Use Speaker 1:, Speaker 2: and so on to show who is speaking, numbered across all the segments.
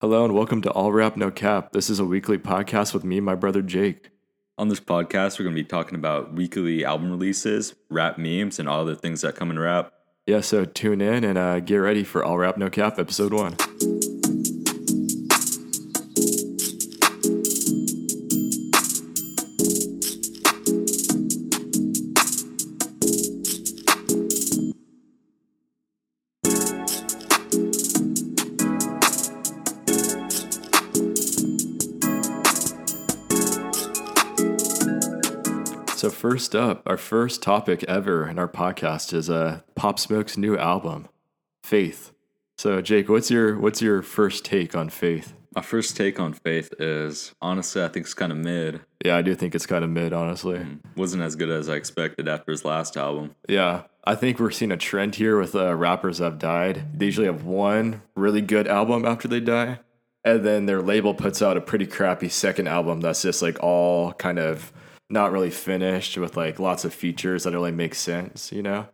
Speaker 1: Hello and welcome to All Rap No Cap. This is a weekly podcast with me and my brother Jake.
Speaker 2: On this podcast, we're going to be talking about weekly album releases, rap memes, and all the things that come in rap.
Speaker 1: Yeah, so tune in and uh, get ready for All Rap No Cap episode one. So first up, our first topic ever in our podcast is uh, Pop Smoke's new album, Faith. So Jake, what's your what's your first take on Faith?
Speaker 2: My first take on Faith is honestly, I think it's kind of mid.
Speaker 1: Yeah, I do think it's kind of mid, honestly.
Speaker 2: Wasn't as good as I expected after his last album.
Speaker 1: Yeah, I think we're seeing a trend here with uh, rappers that have died. They usually have one really good album after they die, and then their label puts out a pretty crappy second album that's just like all kind of not really finished with like lots of features that don't really make sense, you know?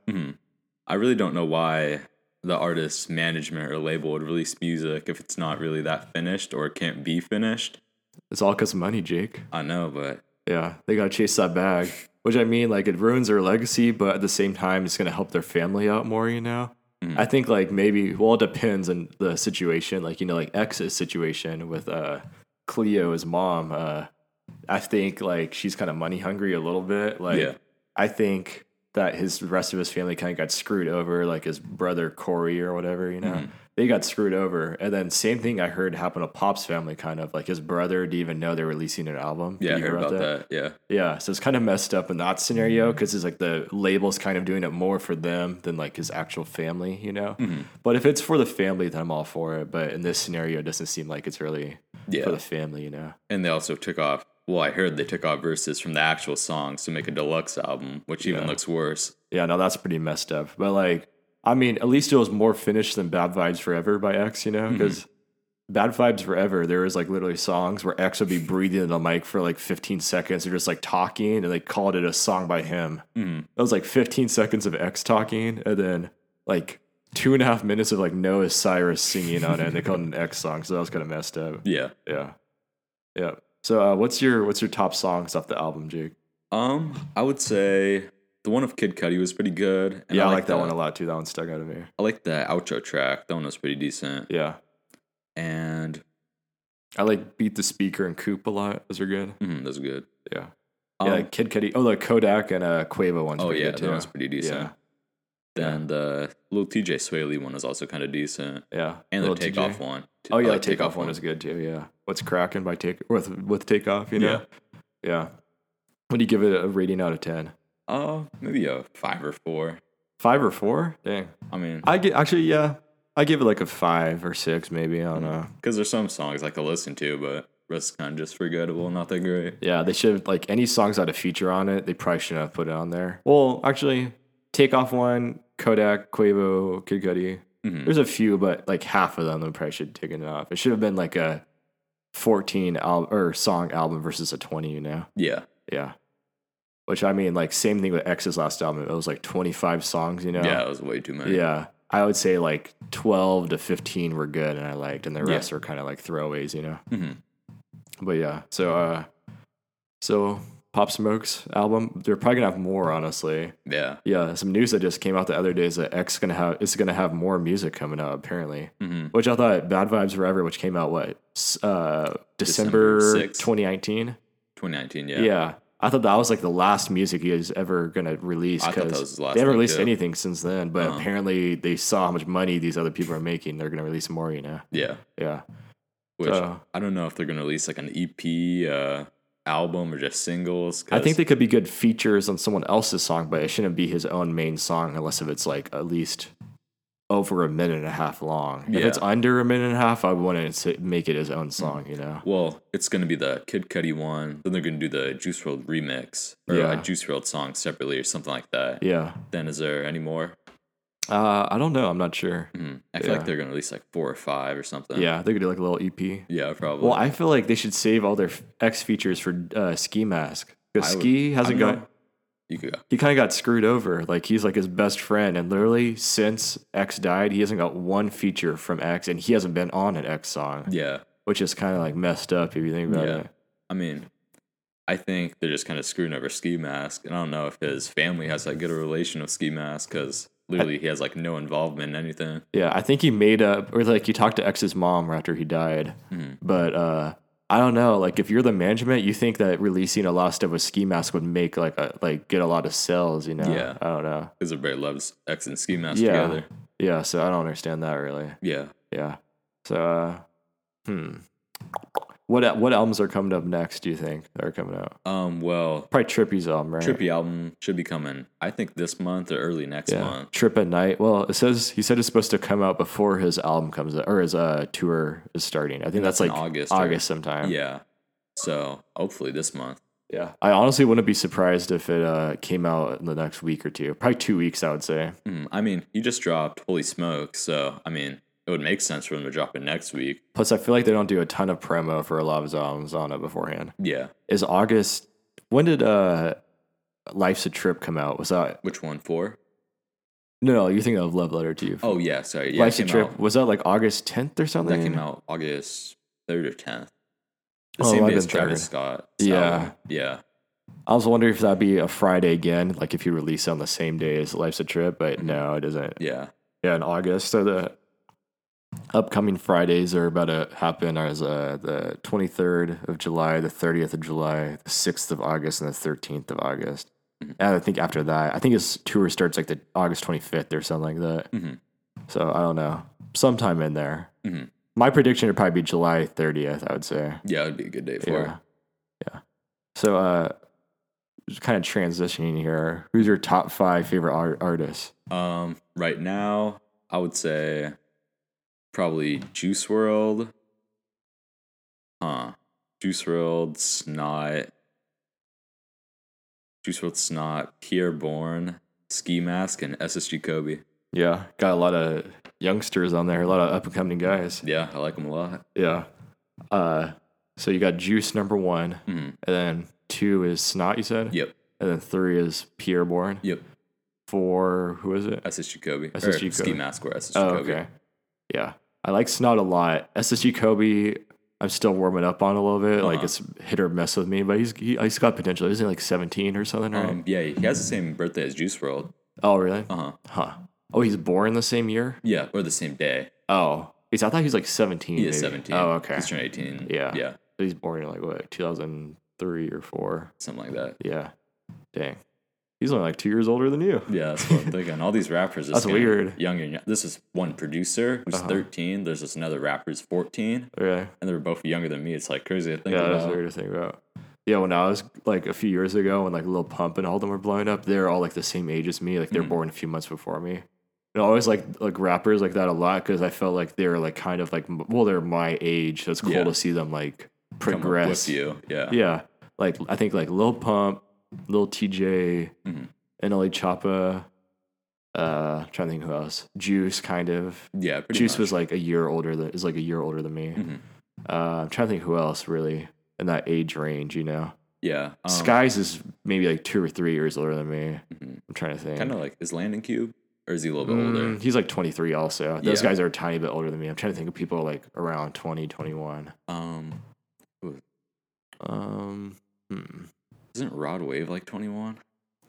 Speaker 2: I really don't know why the artist's management or label would release music if it's not really that finished or can't be finished.
Speaker 1: It's all because of money, Jake.
Speaker 2: I know, but
Speaker 1: Yeah, they gotta chase that bag. Which I mean, like it ruins their legacy, but at the same time, it's gonna help their family out more. You know,
Speaker 2: Hmm.
Speaker 1: I think like maybe well, it depends on the situation. Like you know, like X's situation with uh Cleo's mom. Uh, I think like she's kind of money hungry a little bit. Like
Speaker 2: Yeah.
Speaker 1: I think that his the rest of his family kind of got screwed over, like his brother Corey or whatever. You
Speaker 2: Hmm.
Speaker 1: know, they got screwed over, and then same thing I heard happened to Pop's family. Kind of like his brother didn't even know they're releasing an album.
Speaker 2: yeah, I
Speaker 1: Did you
Speaker 2: heard
Speaker 1: hear
Speaker 2: about that. Yeah.
Speaker 1: yeah, so it's kind of messed up in that scenario because it's like the label's kind of doing it more for them than like his actual family, you know. But if it's for the family, then I'm all for it. But in this scenario, it doesn't seem like it's really
Speaker 2: Yeah.
Speaker 1: for the family, you know.
Speaker 2: And they also took off, well, I heard they took off verses from the actual songs to make a deluxe album, which even
Speaker 1: Yeah.
Speaker 2: looks worse.
Speaker 1: Yeah, no, that's pretty messed up. But like, I mean, at least it was more finished than Bad Vibes Forever by X, you know, because Bad Vibes Forever, there was like literally songs where X would be breathing in the mic for like 15 seconds or just like talking, and they called it a song by him.
Speaker 2: Mhm.
Speaker 1: That was like 15 seconds of X talking, and then like two and a half minutes of like Noah Cyrus singing on it, and they called it an X song. So that was kind of messed up.
Speaker 2: Yeah.
Speaker 1: Yeah, yeah. So uh, what's your what's your top songs off the album, Jake?
Speaker 2: Um, I would say the one of Kid Cudi was pretty good.
Speaker 1: yeah, I like that one a lot too. That one stuck out of me.
Speaker 2: I like the outro track. That one was pretty decent.
Speaker 1: Yeah.
Speaker 2: And
Speaker 1: I like beat the speaker and Coop a lot. Those are good.
Speaker 2: mm, that was good.
Speaker 1: Yeah.
Speaker 2: Um,
Speaker 1: yeah, like Kid Cudi. Oh, the Kodak and uh, Quavo one's
Speaker 2: oh
Speaker 1: pretty
Speaker 2: yeah,
Speaker 1: good
Speaker 2: that
Speaker 1: too.
Speaker 2: one's pretty decent.
Speaker 1: Yeah.
Speaker 2: Then the little TJ Swaley one was also kind of decent,
Speaker 1: Yeah.
Speaker 2: and
Speaker 1: Little
Speaker 2: the takeoff
Speaker 1: TJ.
Speaker 2: one. T-
Speaker 1: Oh
Speaker 2: I
Speaker 1: yeah, the
Speaker 2: like
Speaker 1: takeoff one is good too. Yeah. What's cracking by take with with takeoff? You know. Yeah. What do you give it a rating out of ten?
Speaker 2: Oh, maybe a five or four.
Speaker 1: Five or four? Dang.
Speaker 2: I mean,
Speaker 1: I get actually yeah. I give it like a five or six maybe. I don't know.
Speaker 2: because there's some songs I can listen to, but rest kind of just forgettable, not that great.
Speaker 1: Yeah, they should have like any songs that had a feature on it, they probably shouldn't have put it on there. Well, actually, Takeoff One, Kodak, Quavo, Kid Cudi. There's a few, but like half of them they probably should have taken it off. It should have been like a 14 al- or song album versus a 20, you know?
Speaker 2: Yeah,
Speaker 1: Yeah. Which I mean, like same thing with X's last album. It was like 25 songs, you know?
Speaker 2: yeah, it was way too many.
Speaker 1: Yeah. I would say like 12 to 15 were good and I liked, and the
Speaker 2: Yeah.
Speaker 1: rest were kind of like throwaways, you know?
Speaker 2: Mhm.
Speaker 1: But yeah, so, uh, so Pop Smoke's album, they're probably gonna have more, honestly.
Speaker 2: yeah.
Speaker 1: Yeah, some news that just came out the other day is that X gonna have is gonna have more music coming out apparently,
Speaker 2: hmm
Speaker 1: which I thought Bad Vibes Forever, which came out what s- uh,
Speaker 2: December
Speaker 1: December
Speaker 2: 6th.
Speaker 1: twenty nineteen.
Speaker 2: 2019. Yeah.
Speaker 1: Yeah. I thought that was like the last music he was ever gonna release
Speaker 2: I thought that was
Speaker 1: because
Speaker 2: his
Speaker 1: they
Speaker 2: last
Speaker 1: haven't
Speaker 2: one,
Speaker 1: released
Speaker 2: too. Uh-huh.
Speaker 1: anything since then. But apparently, they saw how much money these other people are making. They're gonna release more, you know?
Speaker 2: Yeah.
Speaker 1: Yeah,
Speaker 2: Which
Speaker 1: So-
Speaker 2: I don't know if they're gonna release like an EP, uh, album, or just singles.
Speaker 1: I think
Speaker 2: 'cause-
Speaker 1: they could be good features on someone else's song, but it shouldn't be his own main song unless if it's like at least over a minute and a half long. If it's
Speaker 2: Yeah.
Speaker 1: under a minute and a half, I wouldn't s- make it his own song. You know?
Speaker 2: Well, it's gonna be the Kid Cudi one. Then they're gonna do the Juice World remix or
Speaker 1: Yeah.
Speaker 2: a Juice World song separately or something like that.
Speaker 1: Yeah.
Speaker 2: Then is there any more?
Speaker 1: Uh, I don't know. I'm not sure.
Speaker 2: Mm, I feel
Speaker 1: Yeah.
Speaker 2: like they're gonna release like four or five or something.
Speaker 1: Yeah, they could do like a little E EP.
Speaker 2: yeah, probably.
Speaker 1: Well, I feel like they should save all their f- X features for uh, Ski Mask because
Speaker 2: I would-
Speaker 1: Ski
Speaker 2: I
Speaker 1: hasn't
Speaker 2: don't
Speaker 1: got.
Speaker 2: know. You could go.
Speaker 1: he kind of got screwed over. Like he's like his best friend, and literally since X died, he hasn't got one feature from X, and he hasn't been on an X song,
Speaker 2: Yeah.
Speaker 1: which is kind of like messed up if you think about
Speaker 2: Yeah.
Speaker 1: it.
Speaker 2: I mean, I think they're just kind of screwing over Ski Mask, and I don't know if his family has that good a relation with Ski Mask because literally he has like no involvement in anything.
Speaker 1: Yeah, I think he made up, or like he talked to X's mom after he died.
Speaker 2: Hmm.
Speaker 1: But uh, I don't know. Like, if you're the management, you think that releasing a lot of stuff with Ski Mask would make like a, like get a lot of sales, you know?
Speaker 2: Yeah.
Speaker 1: I don't know.
Speaker 2: Because everybody loves X and Ski Mask
Speaker 1: Yeah.
Speaker 2: together.
Speaker 1: Yeah, so I don't understand that really.
Speaker 2: Yeah.
Speaker 1: Yeah. So, uh, hmm. What al- what albums are coming up next? Do you think that are coming out?
Speaker 2: Um. Well,
Speaker 1: Probably Trippy's album, right?
Speaker 2: Trippy album should be coming. I think this month or early next
Speaker 1: Yeah.
Speaker 2: month.
Speaker 1: Trip at Night. Well, it says he said it's supposed to come out before his album comes out or his uh tour is starting. I think that's,
Speaker 2: in
Speaker 1: like
Speaker 2: August, right?
Speaker 1: August sometime.
Speaker 2: Yeah. So hopefully this month.
Speaker 1: Yeah. I honestly wouldn't be surprised if it uh, came out in the next week or two. Probably two weeks, I would say.
Speaker 2: Mm, I mean, he just dropped Holy Smoke, so I mean, it would make sense for him to drop it next week.
Speaker 1: Plus, I feel like they don't do a ton of promo for a lot of his albums on it beforehand.
Speaker 2: Yeah.
Speaker 1: Is August, when did uh, Life's a Trip come out? Was that,
Speaker 2: Which one for?
Speaker 1: no, no, you're thinking of Love Letter to You.
Speaker 2: Oh yeah, sorry. Yeah, it
Speaker 1: Life's a
Speaker 2: came
Speaker 1: Trip,
Speaker 2: out-
Speaker 1: was that like August 10th or something?
Speaker 2: that came out August third or tenth. The
Speaker 1: Oh,
Speaker 2: same
Speaker 1: I've
Speaker 2: day as
Speaker 1: been
Speaker 2: Travis
Speaker 1: third.
Speaker 2: Scott.
Speaker 1: Yeah.
Speaker 2: album. Yeah.
Speaker 1: I was wondering if that'd be a Friday again, like if you release on the same day as Life's a Trip, but
Speaker 2: Mm-hmm.
Speaker 1: no, it isn't.
Speaker 2: Yeah.
Speaker 1: yeah in august so the upcoming fridays are about to happen as uh, the 23rd of july the 30th of july the 6th of august and the 13th of august and i think after that i think his tour starts like the august 25th or something like that
Speaker 2: Mhm.
Speaker 1: so i don't know sometime in there
Speaker 2: Mhm.
Speaker 1: my prediction would probably be july 30th i would say
Speaker 2: Yeah, it'd be a good day for
Speaker 1: yeah yeah so uh just kind of transitioning here who's your top five favorite art- artists
Speaker 2: it. Um, right now, I would say probably Juice World. Huh. Juice World, Snot. Juice World, Snot, Pierre Bourne, Ski Mask, and SSG Kobe.
Speaker 1: Yeah, got a lot of youngsters on there, a lot of up and coming guys.
Speaker 2: Yeah, I like them a lot.
Speaker 1: Yeah. Uh, so you got Juice number one,
Speaker 2: Mhm.
Speaker 1: and then two is Snot, you said?
Speaker 2: Yep.
Speaker 1: And then three is Pierre Bourne.
Speaker 2: Yep.
Speaker 1: Four, who is it?
Speaker 2: SSG Kobe. Or
Speaker 1: SSG
Speaker 2: Ski
Speaker 1: Kobe.
Speaker 2: Mask or SSG
Speaker 1: Oh,
Speaker 2: Kobe.
Speaker 1: okay. Yeah. I like Snot a lot. SSG Kobe, I'm still warming up on a little bit. Like
Speaker 2: Uh-huh.
Speaker 1: it's hit or miss with me, but he's he, he's got potential. Isn't he like 17 or something, right?
Speaker 2: Um, yeah, he has the same birthday as Juice World.
Speaker 1: oh, really?
Speaker 2: Uh huh.
Speaker 1: Huh. Oh, he's born the same year?
Speaker 2: Yeah, or the same day.
Speaker 1: Oh. He's, I thought he was like 17.
Speaker 2: He is
Speaker 1: maybe.
Speaker 2: seventeen.
Speaker 1: Oh, okay.
Speaker 2: He's turned eighteen.
Speaker 1: Yeah.
Speaker 2: yeah,
Speaker 1: So he's born in like what, 2003 or four?
Speaker 2: something like that.
Speaker 1: Yeah. Dang. He's only like two years older than you.
Speaker 2: Yeah, that's what I'm thinking. All these rappers. Is
Speaker 1: That's
Speaker 2: getting
Speaker 1: weird. Uh-huh.
Speaker 2: Younger. and- This is one producer who's thirteen. There's this another rapper who's fourteen,
Speaker 1: Yeah.
Speaker 2: and they're both younger than me. It's like crazy to think
Speaker 1: Yeah, that's
Speaker 2: about.
Speaker 1: weird to think about. Yeah, when I was like a few years ago, when like Lil Pump and all them were blowing up, they're all like the same age as me. Like
Speaker 2: Hmm.
Speaker 1: they're born a few months before me. And I always like like rappers like that a lot because I felt like they're like kind of like m- well they're my age, so it's cool
Speaker 2: Yeah.
Speaker 1: to see them like
Speaker 2: Come up
Speaker 1: progress.
Speaker 2: with you. Yeah.
Speaker 1: Yeah, like I think like Lil Pump, Lil TJ,
Speaker 2: Mhm.
Speaker 1: NLE Choppa. Uh, trying to think who else. Juice, kind of.
Speaker 2: Yeah. Pretty
Speaker 1: Juice
Speaker 2: much.
Speaker 1: was like a year older than is like a year older than me.
Speaker 2: Mhm.
Speaker 1: Uh, I'm trying to think who else really in that age range. You know,
Speaker 2: Yeah. Um,
Speaker 1: Skies is maybe like two or three years older than me.
Speaker 2: Mhm.
Speaker 1: I'm trying to think.
Speaker 2: Kind of like is Landon Cube, or is he a little bit
Speaker 1: Mm,
Speaker 2: older?
Speaker 1: he's like 23 also. Those
Speaker 2: Yeah.
Speaker 1: guys are a tiny bit older than me. I'm trying to think of people like around 20, 21.
Speaker 2: Um,
Speaker 1: Um, hmm.
Speaker 2: isn't Rod Wave like twenty one?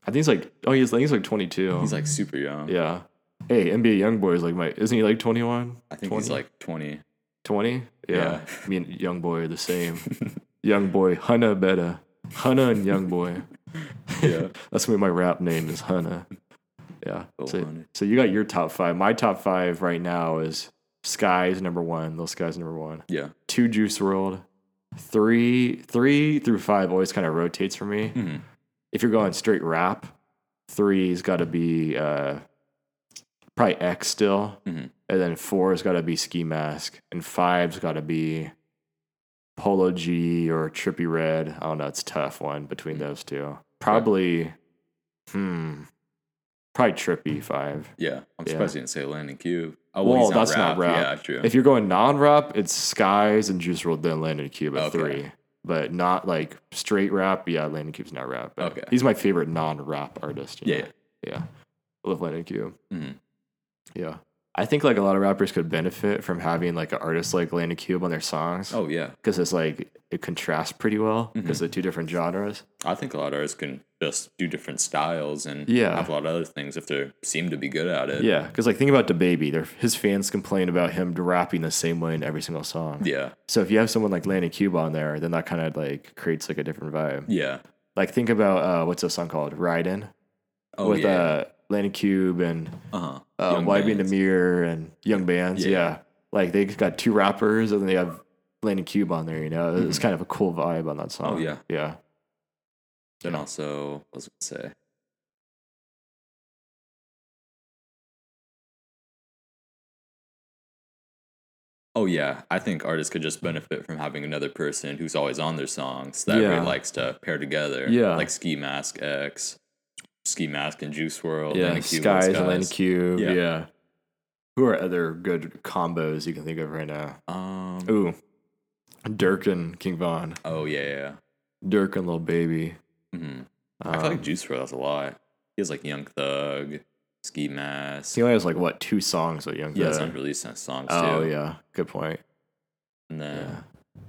Speaker 1: I think he's like oh he's I think he's like 22.
Speaker 2: He's like super young.
Speaker 1: Um, yeah. Hey, NBA YoungBoy is like my isn't he like 21?
Speaker 2: I think he's
Speaker 1: 20?
Speaker 2: like twenty.
Speaker 1: 20? Yeah.
Speaker 2: Yeah.
Speaker 1: Me and Young Boy are the same. young Boy, Hana Beta. Hana and Young Boy.
Speaker 2: Yeah.
Speaker 1: That's what my rap name is, Hana. Yeah.
Speaker 2: Oh,
Speaker 1: So,
Speaker 2: Hana.
Speaker 1: so you got your top five. My top five right now is Sky's number one. Those Sky's number one.
Speaker 2: yeah.
Speaker 1: Two Juice World. Three, three through five always kind of rotates for me.
Speaker 2: Mhm.
Speaker 1: If you're going straight rap, three's got to be uh, probably X still.
Speaker 2: Mhm.
Speaker 1: And then four has got to be Ski Mask, and five's got to be Polo G or Trippy Red. I don't know. It's a tough one between those two. Probably, hmm, probably Trippy five.
Speaker 2: Yeah, I'm
Speaker 1: Yeah.
Speaker 2: surprised you didn't say Landon Cube. Oh,
Speaker 1: well,
Speaker 2: he's
Speaker 1: that's not rap.
Speaker 2: Yeah, true.
Speaker 1: If you're going non-rap, it's Skies and Juice World, then Landed Cube at
Speaker 2: Okay.
Speaker 1: three. but not like straight rap. Yeah, Landon Cube's not rap. But
Speaker 2: Okay.
Speaker 1: He's my favorite non-rap artist. you
Speaker 2: Yeah,
Speaker 1: know? Yeah. I love Landon Cube.
Speaker 2: Mhm.
Speaker 1: Yeah. I think like a lot of rappers could benefit from having like an artist like Landon Cube on their songs
Speaker 2: Oh Mm-hmm. yeah,
Speaker 1: because it's like it contrasts pretty well because they're two different genres.
Speaker 2: I think a lot of artists can just do different styles and
Speaker 1: Yeah.
Speaker 2: have a lot of other things if they seem to be good at it.
Speaker 1: Yeah, because like think about the baby. His fans complain about him rapping the same way in every single song.
Speaker 2: yeah,
Speaker 1: So if you have someone like Landon Cube on there, then that kind of like creates like a different vibe.
Speaker 2: yeah.
Speaker 1: Like think about uh, what's that song called? Riding
Speaker 2: Oh
Speaker 1: with
Speaker 2: yeah,
Speaker 1: uh, Landon Cube and
Speaker 2: uh-huh.
Speaker 1: uh,
Speaker 2: Young
Speaker 1: Wiping the
Speaker 2: Bands.
Speaker 1: Mirror and Young Bands.
Speaker 2: Yeah.
Speaker 1: Yeah. Like they got two rappers and then they have Landon Cube on there, you know? It's kind of a cool vibe on that song.
Speaker 2: Mm-hmm. Oh, yeah.
Speaker 1: Yeah.
Speaker 2: And also, what was I gonna say? Oh yeah, I think artists could just benefit from having another person who's always on their songs that
Speaker 1: Yeah.
Speaker 2: really likes to pair together.
Speaker 1: Yeah.
Speaker 2: like Ski Mask X, Ski Mask and Juice World.
Speaker 1: Yeah. Skies and Landon Cube.
Speaker 2: Yeah.
Speaker 1: Yeah. Who are other good combos you can think of right now?
Speaker 2: Um.
Speaker 1: Ooh. Dirk and King Von.
Speaker 2: Oh yeah, yeah.
Speaker 1: Dirk and Lil Baby.
Speaker 2: hmm
Speaker 1: Um,
Speaker 2: I feel like Juice World has a lot. He has like Young Thug, Ski Mask.
Speaker 1: He only has like what two songs with Young
Speaker 2: He has
Speaker 1: Thug.
Speaker 2: unreleased songs
Speaker 1: Oh
Speaker 2: too.
Speaker 1: yeah, good point.
Speaker 2: And then
Speaker 1: Yeah.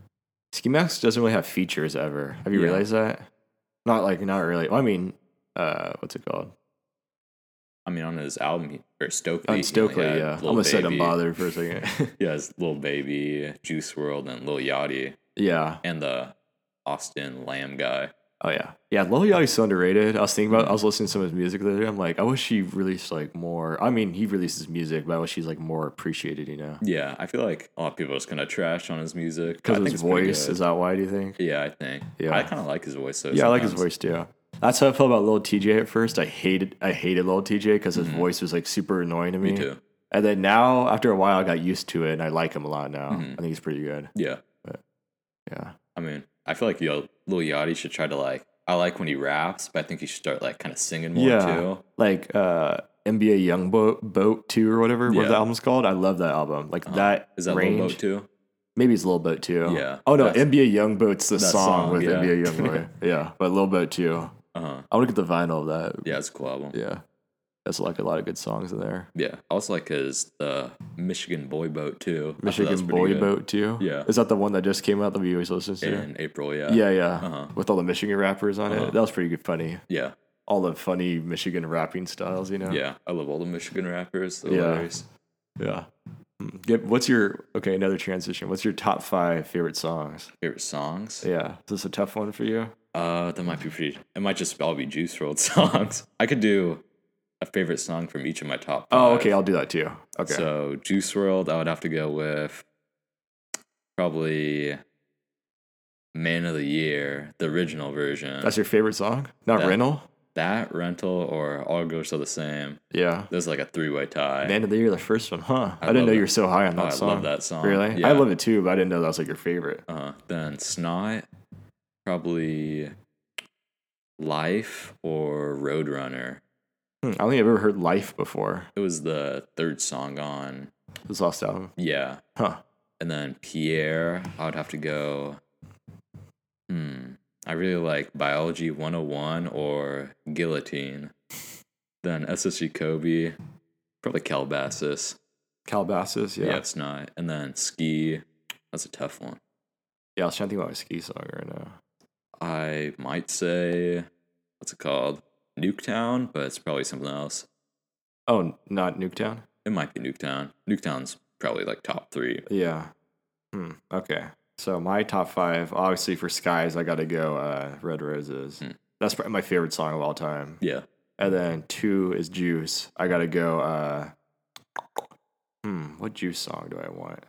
Speaker 1: Ski Mask doesn't really have features ever. Have you
Speaker 2: Yeah.
Speaker 1: realized that? Not like not really. Well, I mean, uh, what's it called?
Speaker 2: I mean, on his album he- or Stokely.
Speaker 1: On
Speaker 2: he
Speaker 1: Stokely.
Speaker 2: only had
Speaker 1: Yeah, I
Speaker 2: Lil
Speaker 1: almost said
Speaker 2: Baby.
Speaker 1: unbothered for a second.
Speaker 2: He has Lil Baby, Juice World, and Lil Yachty,
Speaker 1: yeah.
Speaker 2: and the Austin Lamb guy.
Speaker 1: Oh yeah. Yeah. Lil Yachty's so underrated. I was thinking
Speaker 2: Mm-hmm.
Speaker 1: about. I was listening to some of his music the other day. I'm like, I wish he released like more. I mean, he releases music, but I wish he's like more appreciated. You know,
Speaker 2: Yeah, I feel like a lot of people are just kind of trash on his music I
Speaker 1: because of
Speaker 2: think
Speaker 1: his
Speaker 2: it's pretty
Speaker 1: voice.
Speaker 2: good.
Speaker 1: Is that why? Do you think?
Speaker 2: yeah, I think.
Speaker 1: Yeah.
Speaker 2: I kind of like his voice. Though,
Speaker 1: Yeah, I like his
Speaker 2: sometimes.
Speaker 1: voice too. That's how I felt about Lil TJ at first. I hated I hated Lil TJ because his voice was like super annoying to me.
Speaker 2: Mm-hmm. Me too.
Speaker 1: And then now, after a while, I got used to it and I like him a lot now.
Speaker 2: Mm-hmm.
Speaker 1: I think he's pretty good.
Speaker 2: Yeah,
Speaker 1: Yeah.
Speaker 2: I mean, I feel like yo, Lil Yachty should try to like. I like when he raps, but I think he should start like kind of singing more
Speaker 1: yeah.
Speaker 2: too.
Speaker 1: Like uh NBA Young Boat Boat 2 or whatever, what
Speaker 2: Yeah.
Speaker 1: the album's called. I love that album. Like that
Speaker 2: Uh-huh. Is that
Speaker 1: range.
Speaker 2: Lil Boat too?
Speaker 1: Maybe it's Lil Boat 2.
Speaker 2: Yeah.
Speaker 1: Oh no,
Speaker 2: That's-
Speaker 1: NBA Young Boat's the
Speaker 2: That
Speaker 1: song,
Speaker 2: song,
Speaker 1: with
Speaker 2: yeah.
Speaker 1: NBA Young Boat. yeah. But Lil Boat 2.
Speaker 2: Uh huh.
Speaker 1: I want to get the vinyl of that.
Speaker 2: Yeah, it's a cool album.
Speaker 1: Yeah. That's like a lot of good songs in there.
Speaker 2: Yeah, I also like his the Michigan Boy Boat too. I thought that was
Speaker 1: Michigan
Speaker 2: pretty
Speaker 1: Boy
Speaker 2: good.
Speaker 1: Boat too.
Speaker 2: Yeah.
Speaker 1: is that the one that just came out that we always listen to?
Speaker 2: in April. Yeah,
Speaker 1: Yeah, yeah.
Speaker 2: Uh-huh.
Speaker 1: With all the Michigan rappers on
Speaker 2: Uh-huh.
Speaker 1: it, that was pretty good, funny.
Speaker 2: yeah,
Speaker 1: All the funny Michigan rapping styles, you know.
Speaker 2: yeah. I love all the Michigan rappers. They're
Speaker 1: Yeah.
Speaker 2: hilarious.
Speaker 1: yeah. Mm. Get- what's your okay? Another transition. What's your top five favorite songs?
Speaker 2: Favorite songs?
Speaker 1: Yeah, is this a tough one for you?
Speaker 2: Uh, that might be pretty. It might just all be Juice World songs. I could do a favorite song from each of my top.
Speaker 1: Oh,
Speaker 2: five.
Speaker 1: okay, I'll do that too. Okay,
Speaker 2: Uh, So uh, Juice World, I would have to go with probably Man of the Year, the original version.
Speaker 1: that's your favorite song, not
Speaker 2: That-
Speaker 1: Rental.
Speaker 2: that rental or All Ghosts Are the Same.
Speaker 1: Yeah,
Speaker 2: There's like a three way tie.
Speaker 1: Man of the Year, the first one, huh? I,
Speaker 2: love
Speaker 1: didn't know
Speaker 2: that.
Speaker 1: you were so high on
Speaker 2: Oh,
Speaker 1: that
Speaker 2: I
Speaker 1: song.
Speaker 2: love that song.
Speaker 1: Really,
Speaker 2: Yeah.
Speaker 1: I love it too, but I didn't know that was like your favorite.
Speaker 2: Uh, then Snot, probably Life or Roadrunner.
Speaker 1: Hmm, I don't think I've ever heard Life before.
Speaker 2: It was the third song on.
Speaker 1: This last album,
Speaker 2: Yeah.
Speaker 1: huh?
Speaker 2: And then Pierre, I would have to go. Hmm. I really like Biology 101 or Guillotine. Then SSG Kobe, probably Calabasas.
Speaker 1: Calabasas,
Speaker 2: Yeah.
Speaker 1: yeah.
Speaker 2: it's not. And then Ski, that's a tough one.
Speaker 1: Yeah, I was trying to think about my ski song right now.
Speaker 2: I might say, what's it called? Nuketown, but it's probably something else.
Speaker 1: Oh, not Nuketown?
Speaker 2: It might be Nuketown. Nuketown's probably like top three.
Speaker 1: Yeah. Hmm. Okay. So my top five, obviously for Skies, I got to go uh, Red Roses.
Speaker 2: Hmm.
Speaker 1: That's probably my favorite song of all time.
Speaker 2: Yeah.
Speaker 1: And then two is Juice. I got to go. Uh, hmm. What Juice song do I want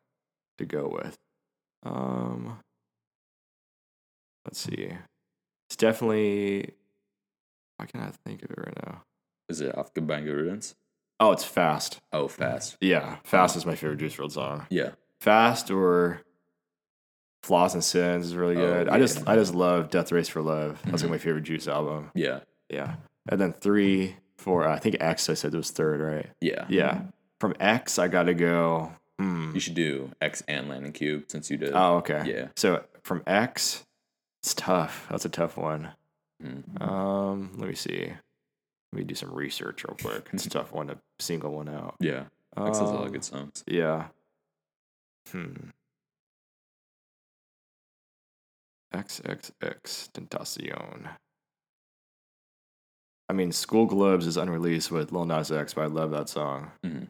Speaker 1: to go with? Um. Let's see. It's definitely. Why can't I think of it right now?
Speaker 2: Is it Off Bang Ruins?
Speaker 1: Oh, it's Fast.
Speaker 2: Oh, Fast.
Speaker 1: Yeah, Fast is my favorite Juice World song.
Speaker 2: Yeah.
Speaker 1: Fast or Flaws and Sins is really
Speaker 2: Oh,
Speaker 1: good.
Speaker 2: yeah. Mm-hmm.
Speaker 1: I just I just love Death Race for Love. That's like my favorite Juice album.
Speaker 2: Yeah.
Speaker 1: Yeah, and then three, four. I think X. I said was third, right?
Speaker 2: Yeah.
Speaker 1: Yeah. From X, I gotta go. Hmm.
Speaker 2: You should do X and Landing Cube since you did.
Speaker 1: Oh, okay.
Speaker 2: Yeah.
Speaker 1: So from X, It's tough. That's a tough one.
Speaker 2: Hmm.
Speaker 1: Um, let me see. Let me do some research real quick. It's a tough one to single one out.
Speaker 2: Yeah. X has a lot
Speaker 1: Um,
Speaker 2: of good songs.
Speaker 1: Yeah. Hmm. XXX Tentacion. I mean, School Globes is unreleased with Lil Nas X, but I love that song.
Speaker 2: Mhm.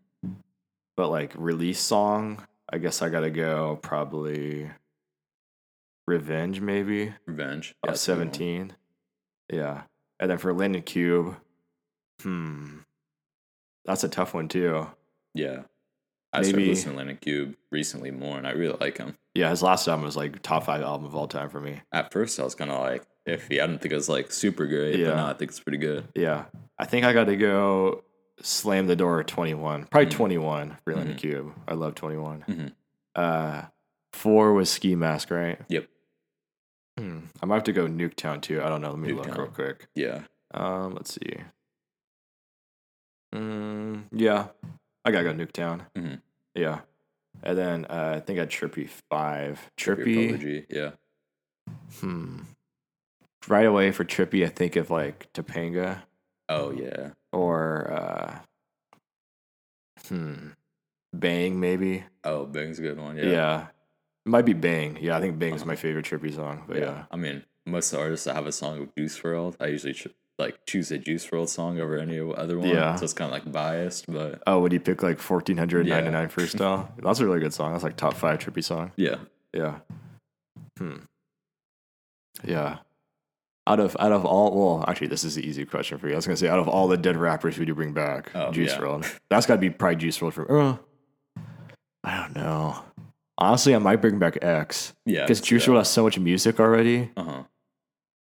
Speaker 1: But like release song, I guess I gotta go probably Revenge, maybe
Speaker 2: Revenge.
Speaker 1: yeah,
Speaker 2: Oh, that's a good one.
Speaker 1: 17. Yeah. And then for Linden Cube, hmm. That's a tough one too.
Speaker 2: Yeah. I started
Speaker 1: Maybe-
Speaker 2: listening to Atlantic Cube recently more and I really like him.
Speaker 1: Yeah, his last album was like top five album of all time for me.
Speaker 2: At first I was kinda like iffy. I didn't think it was like super great,
Speaker 1: Yeah.
Speaker 2: but now I think it's pretty good.
Speaker 1: Yeah. I think I got to go slam the door at 21. Probably
Speaker 2: Mhm.
Speaker 1: 21 for Linden
Speaker 2: Mhm.
Speaker 1: Cube. I love 21.
Speaker 2: Mhm.
Speaker 1: Uh, four was Ski Mask, right?
Speaker 2: Yep.
Speaker 1: Hmm. I might have to go Nuketown too. I don't know. Let me look
Speaker 2: Nuketown.
Speaker 1: real quick.
Speaker 2: Yeah.
Speaker 1: Um, let's see. Mm, yeah, I gotta go Nuketown.
Speaker 2: Mhm.
Speaker 1: Yeah, and then uh, I think I Trippy five.
Speaker 2: Trippy
Speaker 1: Trippy.
Speaker 2: Apology. Yeah.
Speaker 1: Hmm. Right away for Trippy, I think of like Topanga
Speaker 2: Oh yeah.
Speaker 1: or uh, hmm, Bang maybe.
Speaker 2: Oh, Bang's a good one.
Speaker 1: Yeah.
Speaker 2: Yeah.
Speaker 1: it might be Bang. Yeah, I think Bang is
Speaker 2: Uh-huh.
Speaker 1: my favorite Trippy song. But
Speaker 2: Yeah.
Speaker 1: yeah,
Speaker 2: I mean, most artists that have a song with Juice World, I usually ch- like choose a Juice World song over any other one.
Speaker 1: Yeah.
Speaker 2: So it's kind of like biased, but
Speaker 1: Oh, would you pick like 1499
Speaker 2: Yeah.
Speaker 1: freestyle? That's a really good song. That's like top five Trippy song.
Speaker 2: yeah.
Speaker 1: Yeah. Hmm. Yeah. Out of out of all well, actually, this is the easy question for you. I was gonna say, out of all the dead rappers, who do you bring back?
Speaker 2: Oh,
Speaker 1: Juice
Speaker 2: yeah.
Speaker 1: World. That's gotta be probably Juice World from. Uh, I don't know. Honestly, I might bring back X
Speaker 2: Yeah.
Speaker 1: because
Speaker 2: it's-
Speaker 1: Juice
Speaker 2: yeah.
Speaker 1: World has so much music already,
Speaker 2: Uh-huh.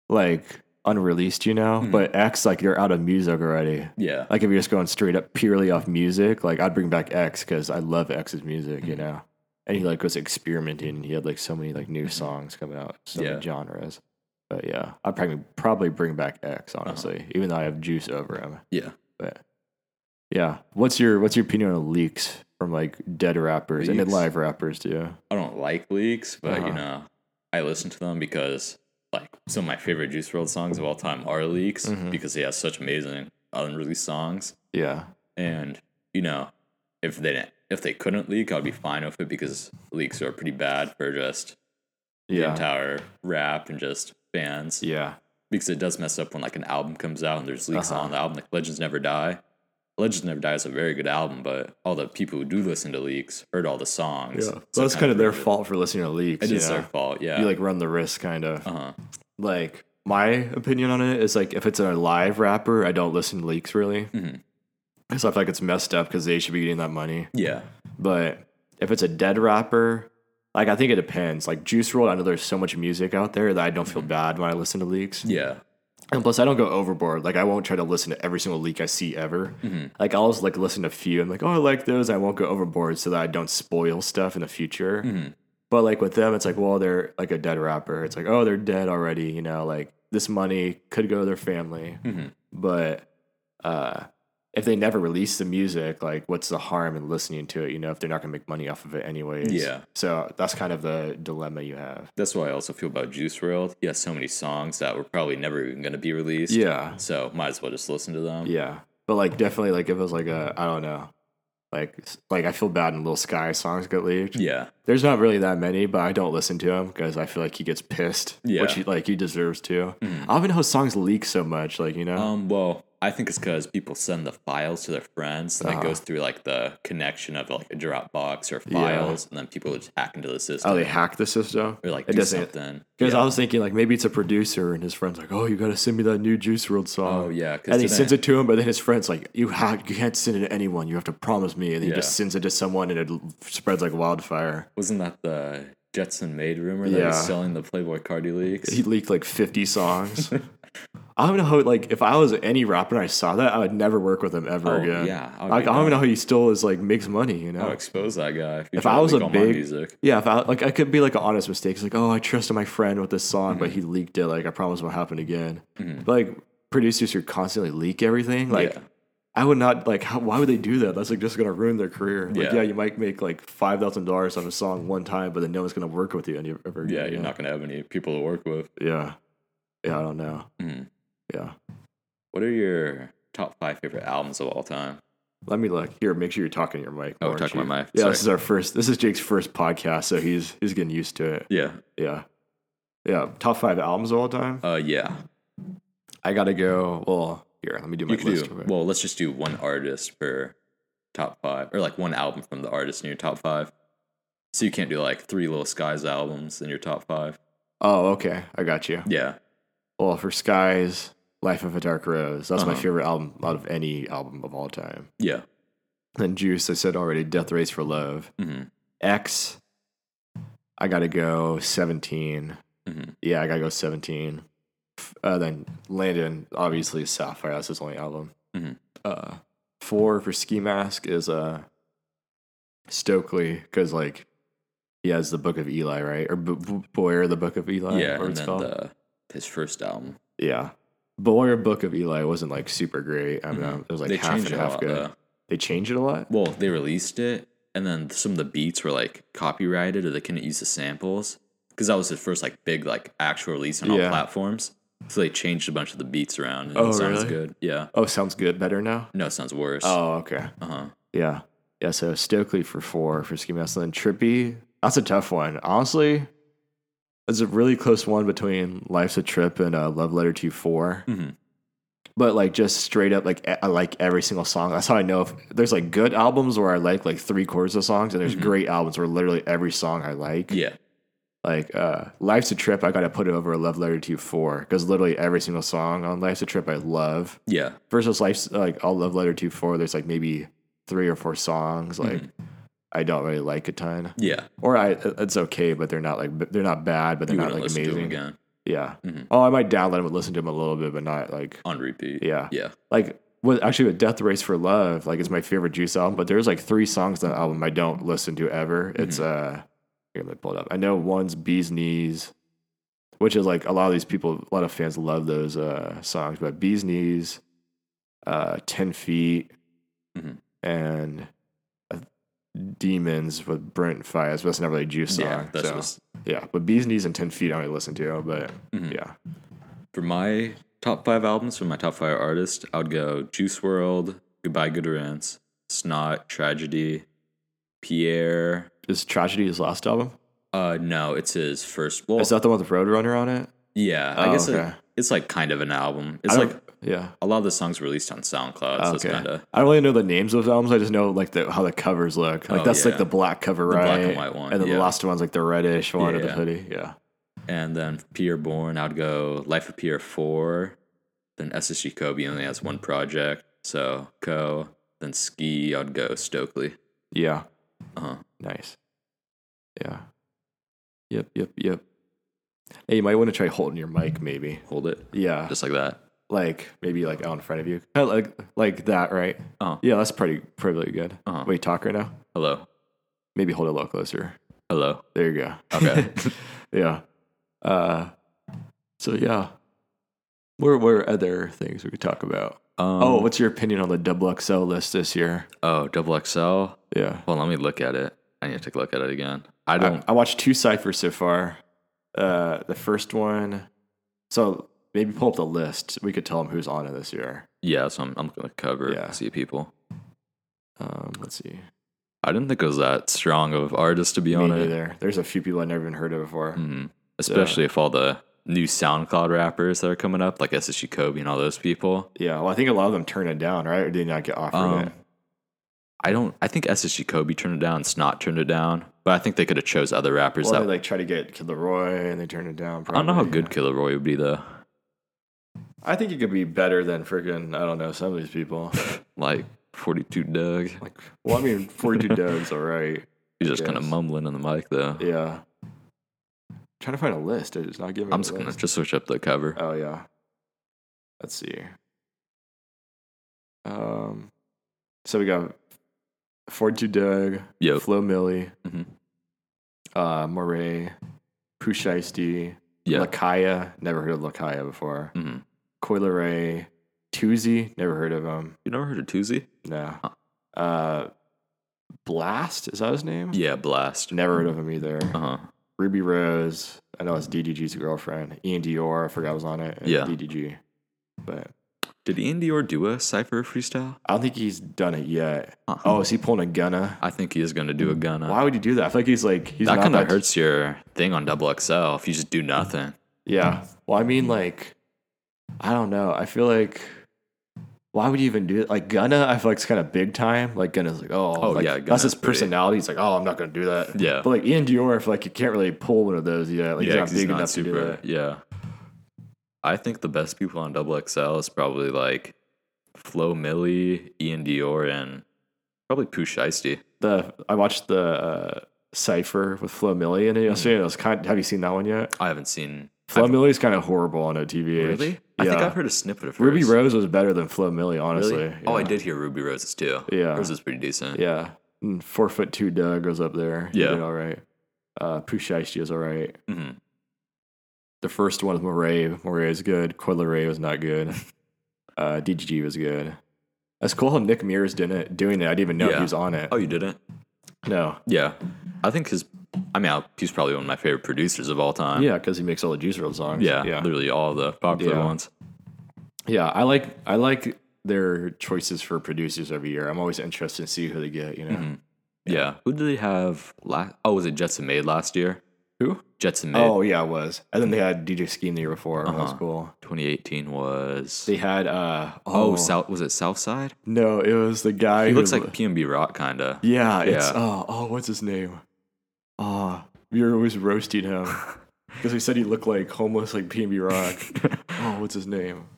Speaker 1: like unreleased, you know.
Speaker 2: Mhm.
Speaker 1: But X, like, you're out of music already.
Speaker 2: Yeah.
Speaker 1: Like, if you're just going straight up purely off music, like, I'd bring back X because I love X's music, you
Speaker 2: Mhm.
Speaker 1: know? And he, like, was experimenting. He had, like, so many, like, new
Speaker 2: Mhm.
Speaker 1: songs coming out, so
Speaker 2: Yeah.
Speaker 1: many genres. But yeah, I'd probably, probably bring back X,
Speaker 2: Uh-huh.
Speaker 1: honestly, even though I have juice over him.
Speaker 2: Yeah.
Speaker 1: But yeah, what's your what's your opinion on leaks from, like, dead rappers and then
Speaker 2: Leaks?
Speaker 1: live rappers, too?
Speaker 2: I don't like leaks, but
Speaker 1: Uh-huh.
Speaker 2: you know, I listen to them because like some of my favorite Juice World songs of all time are leaks
Speaker 1: Mhm.
Speaker 2: because he has such amazing unreleased songs.
Speaker 1: Yeah.
Speaker 2: And you know, if they didn't, if they couldn't leak, I'd be fine with it because leaks are pretty bad for just the
Speaker 1: Yeah.
Speaker 2: entire rap and just fans.
Speaker 1: Yeah.
Speaker 2: Because it does mess up when like an album comes out and there's leaks
Speaker 1: Uh-huh.
Speaker 2: on the album, like Legends Never Die. Legends Never Die is a very good album, but all the people who do listen to leaks heard all the songs.
Speaker 1: Yeah.
Speaker 2: so
Speaker 1: So that's kind of their
Speaker 2: ruined it.
Speaker 1: fault for listening to leaks.
Speaker 2: It
Speaker 1: you
Speaker 2: is their
Speaker 1: know?
Speaker 2: fault, yeah.
Speaker 1: You, like, run the risk, kind of.
Speaker 2: Uh-huh.
Speaker 1: like my opinion on it is like if it's a live rapper, I don't listen to leaks really.
Speaker 2: Mhm.
Speaker 1: Because I feel like it's messed up because they should be getting that money.
Speaker 2: Yeah.
Speaker 1: But if it's a dead rapper, like I think it depends. Like Juice World, I know there's so much music out there that I don't
Speaker 2: Mm-hmm.
Speaker 1: feel bad when I listen to leaks.
Speaker 2: Yeah.
Speaker 1: And plus, I don't go overboard. Like I won't try to listen to every single leak I see ever. Like I'll just like listen to a few. I'm like, oh, I like those. I won't go overboard so that I don't spoil stuff in the future.
Speaker 2: Mhm.
Speaker 1: But like with them, it's like, well, they're like a dead rapper. It's like, oh, they're dead already. You know, like this money could go to their family.
Speaker 2: Mhm.
Speaker 1: But uh, if they never release the music, like what's the harm in listening to it? You know, if they're not gonna make money off of it anyways.
Speaker 2: Yeah.
Speaker 1: So that's kind of the dilemma you have.
Speaker 2: That's why I also feel about Juice WRLD. He has so many songs that were probably never even going to be released.
Speaker 1: Yeah.
Speaker 2: So might as well just listen to them.
Speaker 1: Yeah. But like definitely, like if it was like a, I don't know, like like I feel bad when Lil Sky songs get leaked.
Speaker 2: Yeah.
Speaker 1: There's not really that many, but I don't listen to him because I feel like he gets pissed,
Speaker 2: Yeah. Mm.
Speaker 1: which he, like he deserves to. I don't even know how songs leak so much, like you know.
Speaker 2: Um, well, I think it's because people send the files to their friends
Speaker 1: Uh-huh.
Speaker 2: and it goes through like the connection of like a Dropbox or files and then people just hack into the system
Speaker 1: oh, they hack the system.
Speaker 2: or like
Speaker 1: Oh, it
Speaker 2: do
Speaker 1: doesn't.
Speaker 2: something.
Speaker 1: Because I was thinking like maybe it's a producer and his friend's like, oh, you gotta send me that new Juice World song.
Speaker 2: Oh, yeah, 'cause
Speaker 1: And he
Speaker 2: didn't-
Speaker 1: sends it to him, but then his friend's like, you hack, you can't send it to anyone. You have to promise me, and he
Speaker 2: Yeah.
Speaker 1: just sends it to someone, and it l- spreads like wildfire.
Speaker 2: Wasn't that the Jetson Made rumor that
Speaker 1: Yeah.
Speaker 2: was selling the Playboy Cardi leaks?
Speaker 1: He leaked like 50 songs. I don't know how, like, if I was any rapper and I saw that, I would never work with him ever
Speaker 2: Oh,
Speaker 1: again.
Speaker 2: yeah, Oh, I would
Speaker 1: Like,
Speaker 2: be
Speaker 1: I don't even
Speaker 2: done.
Speaker 1: know how he still is, like, makes money, you know?
Speaker 2: I'll expose that guy. If, you
Speaker 1: If
Speaker 2: try
Speaker 1: I
Speaker 2: to
Speaker 1: was
Speaker 2: leak
Speaker 1: a
Speaker 2: all my
Speaker 1: big-
Speaker 2: music.
Speaker 1: yeah, if I, like, I could be, like, an honest mistake. It's like, oh, I trusted my friend with this song, but
Speaker 2: Mm-hmm.
Speaker 1: he leaked it. Like, I promise it won't happen again. But, like, producers who constantly leak everything, like,
Speaker 2: Yeah.
Speaker 1: I would not like. How, why would they do that? That's like just gonna ruin their career. Like,
Speaker 2: Yeah.
Speaker 1: yeah. you might make like five thousand dollars on a song one time, but then no one's gonna work with you any ever.
Speaker 2: Yeah,
Speaker 1: again,
Speaker 2: you're
Speaker 1: you know?
Speaker 2: not gonna have any people to work with.
Speaker 1: Yeah, yeah, I don't know.
Speaker 2: Mhm.
Speaker 1: Yeah,
Speaker 2: What are your top five favorite albums of all time?
Speaker 1: let me look here. Make sure you're talking to your mic.
Speaker 2: Oh, we're
Speaker 1: aren't
Speaker 2: talking
Speaker 1: you?
Speaker 2: about mic.
Speaker 1: Yeah,
Speaker 2: Sorry.
Speaker 1: this is our first. This is Jake's first podcast, so he's he's getting used to it.
Speaker 2: Yeah.
Speaker 1: Yeah, yeah. Top five albums of all time.
Speaker 2: Uh, yeah.
Speaker 1: I gotta go. Well, here, let me do my
Speaker 2: You could
Speaker 1: list.
Speaker 2: do
Speaker 1: real quick.
Speaker 2: well. Let's just do one artist per top five, or like one album from the artist in your top five. So you can't do like three Little Skies albums in your top five.
Speaker 1: oh, okay, I got you.
Speaker 2: Yeah.
Speaker 1: Well, for Skies, Life of a Dark Rose. That's my
Speaker 2: Uh-huh.
Speaker 1: favorite album out of any album of all time.
Speaker 2: Yeah.
Speaker 1: And Juice, I said already, Death Race for Love.
Speaker 2: hmm
Speaker 1: X, I gotta go 17.
Speaker 2: Mhm.
Speaker 1: Yeah, I gotta go 17. F- Uh, then Landon, obviously, Sapphire, that's his only album.
Speaker 2: Mhm.
Speaker 1: Uh, four for Ski Mask is uh, Stokely, because like he has the Book of Eli, right? Or B- B- Boyer, the Book of Eli,
Speaker 2: yeah.
Speaker 1: whatever
Speaker 2: And
Speaker 1: it's
Speaker 2: then
Speaker 1: called.
Speaker 2: the, his first album.
Speaker 1: Yeah. Boyer Book of Eli wasn't like super great. I mean,
Speaker 2: Mhm.
Speaker 1: it was like half and half good.
Speaker 2: though.
Speaker 1: They changed it a lot.
Speaker 2: Well, they released it, and then some of the beats were like copyrighted, or they couldn't use the samples because that was his first like big like actual release on all
Speaker 1: Yeah.
Speaker 2: platforms. So they changed a bunch of the beats around. And
Speaker 1: Oh,
Speaker 2: it sounds
Speaker 1: really?
Speaker 2: good. Yeah.
Speaker 1: Oh, sounds good. Better now.
Speaker 2: No, it sounds worse.
Speaker 1: Oh, okay.
Speaker 2: Uh huh.
Speaker 1: Yeah. Yeah. So Stokely for four for Ski Mask. And then Trippy. That's a tough one. Honestly, it's a really close one between Life's a Trip and uh, Love Letter to 4
Speaker 2: Mhm.
Speaker 1: But like just straight up, like e- I like every single song. That's how I know if there's like good albums where I like like three quarters of songs, and there's great albums where literally every song I like.
Speaker 2: Yeah.
Speaker 1: like uh life's a trip i gotta put it over a love letter to you four because literally every single song on life's a trip i love
Speaker 2: Yeah.
Speaker 1: versus life's like all love letter to you four there's like maybe three or four songs like
Speaker 2: Mm-hmm.
Speaker 1: i don't really like a ton
Speaker 2: Yeah.
Speaker 1: or i it's okay but they're not like b- they're not bad but they're
Speaker 2: You
Speaker 1: not
Speaker 2: wouldn't
Speaker 1: like
Speaker 2: listen to him
Speaker 1: amazing
Speaker 2: again
Speaker 1: yeah
Speaker 2: Mhm.
Speaker 1: oh i might download them and listen to them a little bit but not like
Speaker 2: on repeat.
Speaker 1: Yeah.
Speaker 2: Yeah.
Speaker 1: like with actually with death race for love like it's my favorite juice album but there's like three songs on that album i don't listen to ever it's
Speaker 2: Mm-hmm.
Speaker 1: uh here let me pull it up i know one's bees knees which is like a lot of these people a lot of fans love those uh songs but bees knees uh 10 feet
Speaker 2: Mhm.
Speaker 1: and uh, demons with brent fias but that's not really a juice song
Speaker 2: Yeah. That's
Speaker 1: so,
Speaker 2: just
Speaker 1: yeah but bees knees and 10 feet i only listen to but
Speaker 2: Mhm.
Speaker 1: yeah
Speaker 2: for my top five albums from my top five artists. I would go Juice World, Goodbye Good Riddance, Snot, Tragedy, Pierre.
Speaker 1: is tragedy his last album
Speaker 2: Uh, no, it's his first. Well,
Speaker 1: is that the one with roadrunner on it
Speaker 2: yeah, I
Speaker 1: Oh,
Speaker 2: guess it-
Speaker 1: okay.
Speaker 2: it's like kind of an album. It's
Speaker 1: I don't- Oh,
Speaker 2: like
Speaker 1: yeah
Speaker 2: a lot of the songs released on SoundCloud, so it's kind of
Speaker 1: I don't really know the names of albums. I just know like the how the covers look. Like
Speaker 2: Oh,
Speaker 1: that's
Speaker 2: yeah.
Speaker 1: like the black cover, right?
Speaker 2: black and white one,
Speaker 1: And then
Speaker 2: yeah.
Speaker 1: the last one's like the reddish one or the
Speaker 2: Yeah.
Speaker 1: hoodie. Yeah.
Speaker 2: And then Pierre Bourne, I'd go Life of Pierre 4. Then SSG Kobe only has one project. So Co. Then Ski, I'd go Stokely.
Speaker 1: Yeah.
Speaker 2: Uh huh.
Speaker 1: Nice. Yeah. Yep. Yep. Yep. Hey, you might want to try holding your mic, maybe.
Speaker 2: Hold it.
Speaker 1: Yeah.
Speaker 2: Just like that.
Speaker 1: like maybe like out in front of you, Kinda like like that, right?
Speaker 2: Uh-huh.
Speaker 1: Yeah, that's pretty pretty good.
Speaker 2: Uh-huh.
Speaker 1: Wait, talk right now.
Speaker 2: Hello.
Speaker 1: Maybe hold it a little closer.
Speaker 2: Hello.
Speaker 1: There you go.
Speaker 2: Okay.
Speaker 1: yeah. Uh. So yeah. Where what are other things we could talk about?
Speaker 2: Um,
Speaker 1: Oh, what's your opinion on the double XL list this year?
Speaker 2: oh, double XL.
Speaker 1: Yeah.
Speaker 2: Well, let me look at it. I need to take a look at it again. I
Speaker 1: I,
Speaker 2: don't.
Speaker 1: I watched two ciphers so far. Uh, the first one, so maybe pull up the list. We could tell them who's on it this year.
Speaker 2: yeah, so I'm, I'm going to cover
Speaker 1: Yeah.
Speaker 2: see people.
Speaker 1: Um, let's see.
Speaker 2: I didn't think it was that strong of artists to be
Speaker 1: Me
Speaker 2: on it.
Speaker 1: neither. There's a few people I never even heard of before.
Speaker 2: Mm. Especially if all the new SoundCloud rappers that are coming up, like SSG Kobe and all those people.
Speaker 1: Yeah. Well, I think a lot of them turned it down, right? Or did they not get offered
Speaker 2: Um,
Speaker 1: it?
Speaker 2: I don't. I think SSG Kobe turned it down. Snot turned it down. But I think they could have chose other rappers.
Speaker 1: Well,
Speaker 2: that
Speaker 1: they like try to get Kid Leroy, and they turned it down.
Speaker 2: I
Speaker 1: Probably,
Speaker 2: don't know how
Speaker 1: yeah.
Speaker 2: good Killer Roy would be though.
Speaker 1: I think it could be better than freaking I don't know some of these people.
Speaker 2: Like Forty Two Doug.
Speaker 1: like, well, I mean, Forty Two Dove's all right.
Speaker 2: He's just kind of
Speaker 1: Yes.
Speaker 2: mumbling in the mic though.
Speaker 1: Yeah. trying to find a list. It's not giving. me
Speaker 2: I'm
Speaker 1: a
Speaker 2: just gonna
Speaker 1: list.
Speaker 2: just switch up the cover.
Speaker 1: Oh yeah. Let's see. Um, so we got Forty Two Doug,
Speaker 2: Yep.
Speaker 1: Flo Millie,
Speaker 2: Mhm. Mm-hmm.
Speaker 1: uh, Moray, Pooh Shiesty,
Speaker 2: Yeah. Mm.
Speaker 1: Lakaya. Never heard of Lakaya before.
Speaker 2: Mhm.
Speaker 1: Coileray, Toozy, never heard of him.
Speaker 2: You never heard of Toozy?
Speaker 1: No. Uh, Blast is that his name?
Speaker 2: Yeah, Blast.
Speaker 1: Never heard of him either.
Speaker 2: Uh huh.
Speaker 1: Ruby Rose, I know it's DDG's girlfriend. Ian Dior, I forgot was on it. and
Speaker 2: Yeah.
Speaker 1: DDG, but
Speaker 2: Did Ian Dior do a Cypher freestyle?
Speaker 1: I don't think he's done it yet.
Speaker 2: Uh-huh.
Speaker 1: Oh, is he pulling a gunna?
Speaker 2: I think he is going to do a Gunna.
Speaker 1: Why would you do that? I feel like he's like he's
Speaker 2: Uh, that
Speaker 1: not
Speaker 2: kind of
Speaker 1: that-
Speaker 2: hurts your thing on Double XL if you just do nothing.
Speaker 1: Yeah. Well, I mean, like, I don't know. I feel like why would you even do it? Like Gunna, I feel like it's kind of big time. Like Gunna's like, oh,
Speaker 2: Oh,
Speaker 1: like,
Speaker 2: yeah,
Speaker 1: that's his
Speaker 2: Gunna's pretty-
Speaker 1: personality. He's like, oh, I'm not gonna do that.
Speaker 2: Yeah.
Speaker 1: But like Ian Dior, I feel like you can't really pull one of those yet. Like
Speaker 2: yeah, 'cause
Speaker 1: he's not big enough to do that.
Speaker 2: Yeah. I think the best people on Double XL is probably like Flo Millie, Ian Dior, and probably Pooh Shiesty.
Speaker 1: The I watched the uh, Cipher with Flo Milli in it yesterday. and It was kind. have you seen that one yet?
Speaker 2: I haven't seen.
Speaker 1: Flo Milli's kind of horrible on OTVH.
Speaker 2: Really?
Speaker 1: Yeah.
Speaker 2: I think I've heard a snippet of hers.
Speaker 1: Ruby Rose was better than Flo Milli, honestly.
Speaker 2: Really? Oh, I
Speaker 1: Yeah.
Speaker 2: did hear Ruby Rose's too.
Speaker 1: Yeah.
Speaker 2: Hers is pretty decent.
Speaker 1: Yeah. And four foot two Doug was up there. He
Speaker 2: Yeah.
Speaker 1: Did all right. Uh, Pushaishti is all right.
Speaker 2: hmm
Speaker 1: The first one was Moray. Moray is good. Coil Ray was not good. uh, DGG was good. That's cool how Nick Mears didn't doing it. I didn't even know
Speaker 2: Yeah.
Speaker 1: he was on it.
Speaker 2: Oh, you didn't?
Speaker 1: No.
Speaker 2: Yeah. I think his, I mean, I'll- he's probably one of my favorite producers of all time.
Speaker 1: Yeah, because he makes all the Juice WRLD songs.
Speaker 2: Yeah.
Speaker 1: yeah,
Speaker 2: Literally all the popular
Speaker 1: Yeah.
Speaker 2: ones.
Speaker 1: yeah. I like I like their choices for producers every year. I'm always interested to see who they get. You know,
Speaker 2: Mm-hmm. Yeah. Who did they have last? Oh, was it Jetson Made last year?
Speaker 1: who?
Speaker 2: Jetson Made
Speaker 1: Oh yeah, it was. And then they had DJ Scheme the year before. That was
Speaker 2: Uh-huh.
Speaker 1: cool.
Speaker 2: 2018 was.
Speaker 1: They had uh
Speaker 2: Oh, South was it Southside?
Speaker 1: No, it was the guy.
Speaker 2: He
Speaker 1: who
Speaker 2: looks like PNB Rock, kinda.
Speaker 1: Yeah, it's
Speaker 2: Yeah.
Speaker 1: oh oh what's his name? Ah, we were always roasting him because we said he looked like homeless, like PNB Rock. oh, what's his name?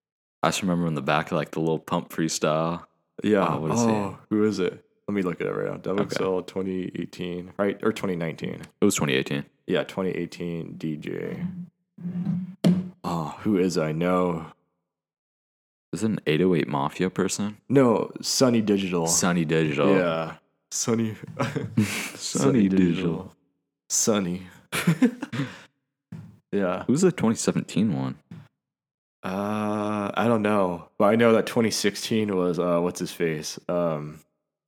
Speaker 2: I just remember in the back like the little pump freestyle.
Speaker 1: Yeah.
Speaker 2: Oh, what is he?
Speaker 1: who is it? Let me look it up right now. Double XL 2018, right or 2019?
Speaker 2: It was 2018.
Speaker 1: Yeah, 2018 DJ. Oh, who is I know?
Speaker 2: Is it an 808 Mafia person?
Speaker 1: No, Sunny Digital.
Speaker 2: Sunny Digital.
Speaker 1: Yeah, Sunny.
Speaker 2: Sunny Digital.
Speaker 1: Sunny. yeah.
Speaker 2: Who's the 2017 one?
Speaker 1: Uh, I don't know, but I know that 2016 was uh, what's his face, um,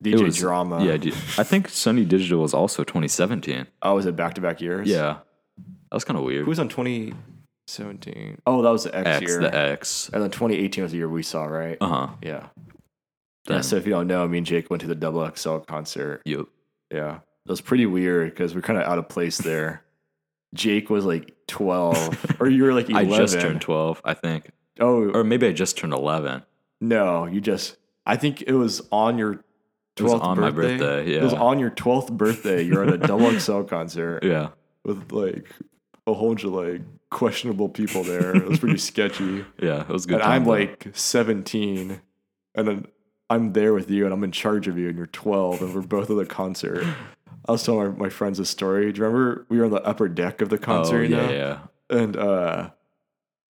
Speaker 1: DJ
Speaker 2: was-
Speaker 1: Drama.
Speaker 2: yeah, dude. I think Sunny Digital was also 2017.
Speaker 1: oh, was it back to back years?
Speaker 2: Yeah, that was kind of weird.
Speaker 1: who was on 2017? Oh, that was the X,
Speaker 2: X
Speaker 1: year,
Speaker 2: the X?
Speaker 1: and then 2018 was the year we saw, right?
Speaker 2: Uh huh.
Speaker 1: yeah.
Speaker 2: Damn.
Speaker 1: Yeah. So if you don't know, me and Jake went to the Double XL concert.
Speaker 2: Yup.
Speaker 1: Yeah, it was pretty weird because we're kind of out of place there. Jake was like 12, or you were like 11.
Speaker 2: I just turned 12, I think,
Speaker 1: Oh,
Speaker 2: or maybe I just turned 11.
Speaker 1: No, you just. I think it was on your
Speaker 2: was
Speaker 1: twelfth
Speaker 2: on my
Speaker 1: birthday.
Speaker 2: birthday,
Speaker 1: it was
Speaker 2: yeah.
Speaker 1: on your twelfth birthday. You're at a double XL concert
Speaker 2: Yeah.
Speaker 1: with like a whole bunch of like questionable people there. It was pretty sketchy.
Speaker 2: Yeah, it was a good.
Speaker 1: And I'm
Speaker 2: time, though.
Speaker 1: like 17, and then I'm there with you, and I'm in charge of you, and you're 12, and we're both at the concert. I was telling my, my friends a story. Do you remember we were on the upper deck of the concert?
Speaker 2: oh
Speaker 1: you
Speaker 2: yeah,
Speaker 1: know?
Speaker 2: yeah.
Speaker 1: and uh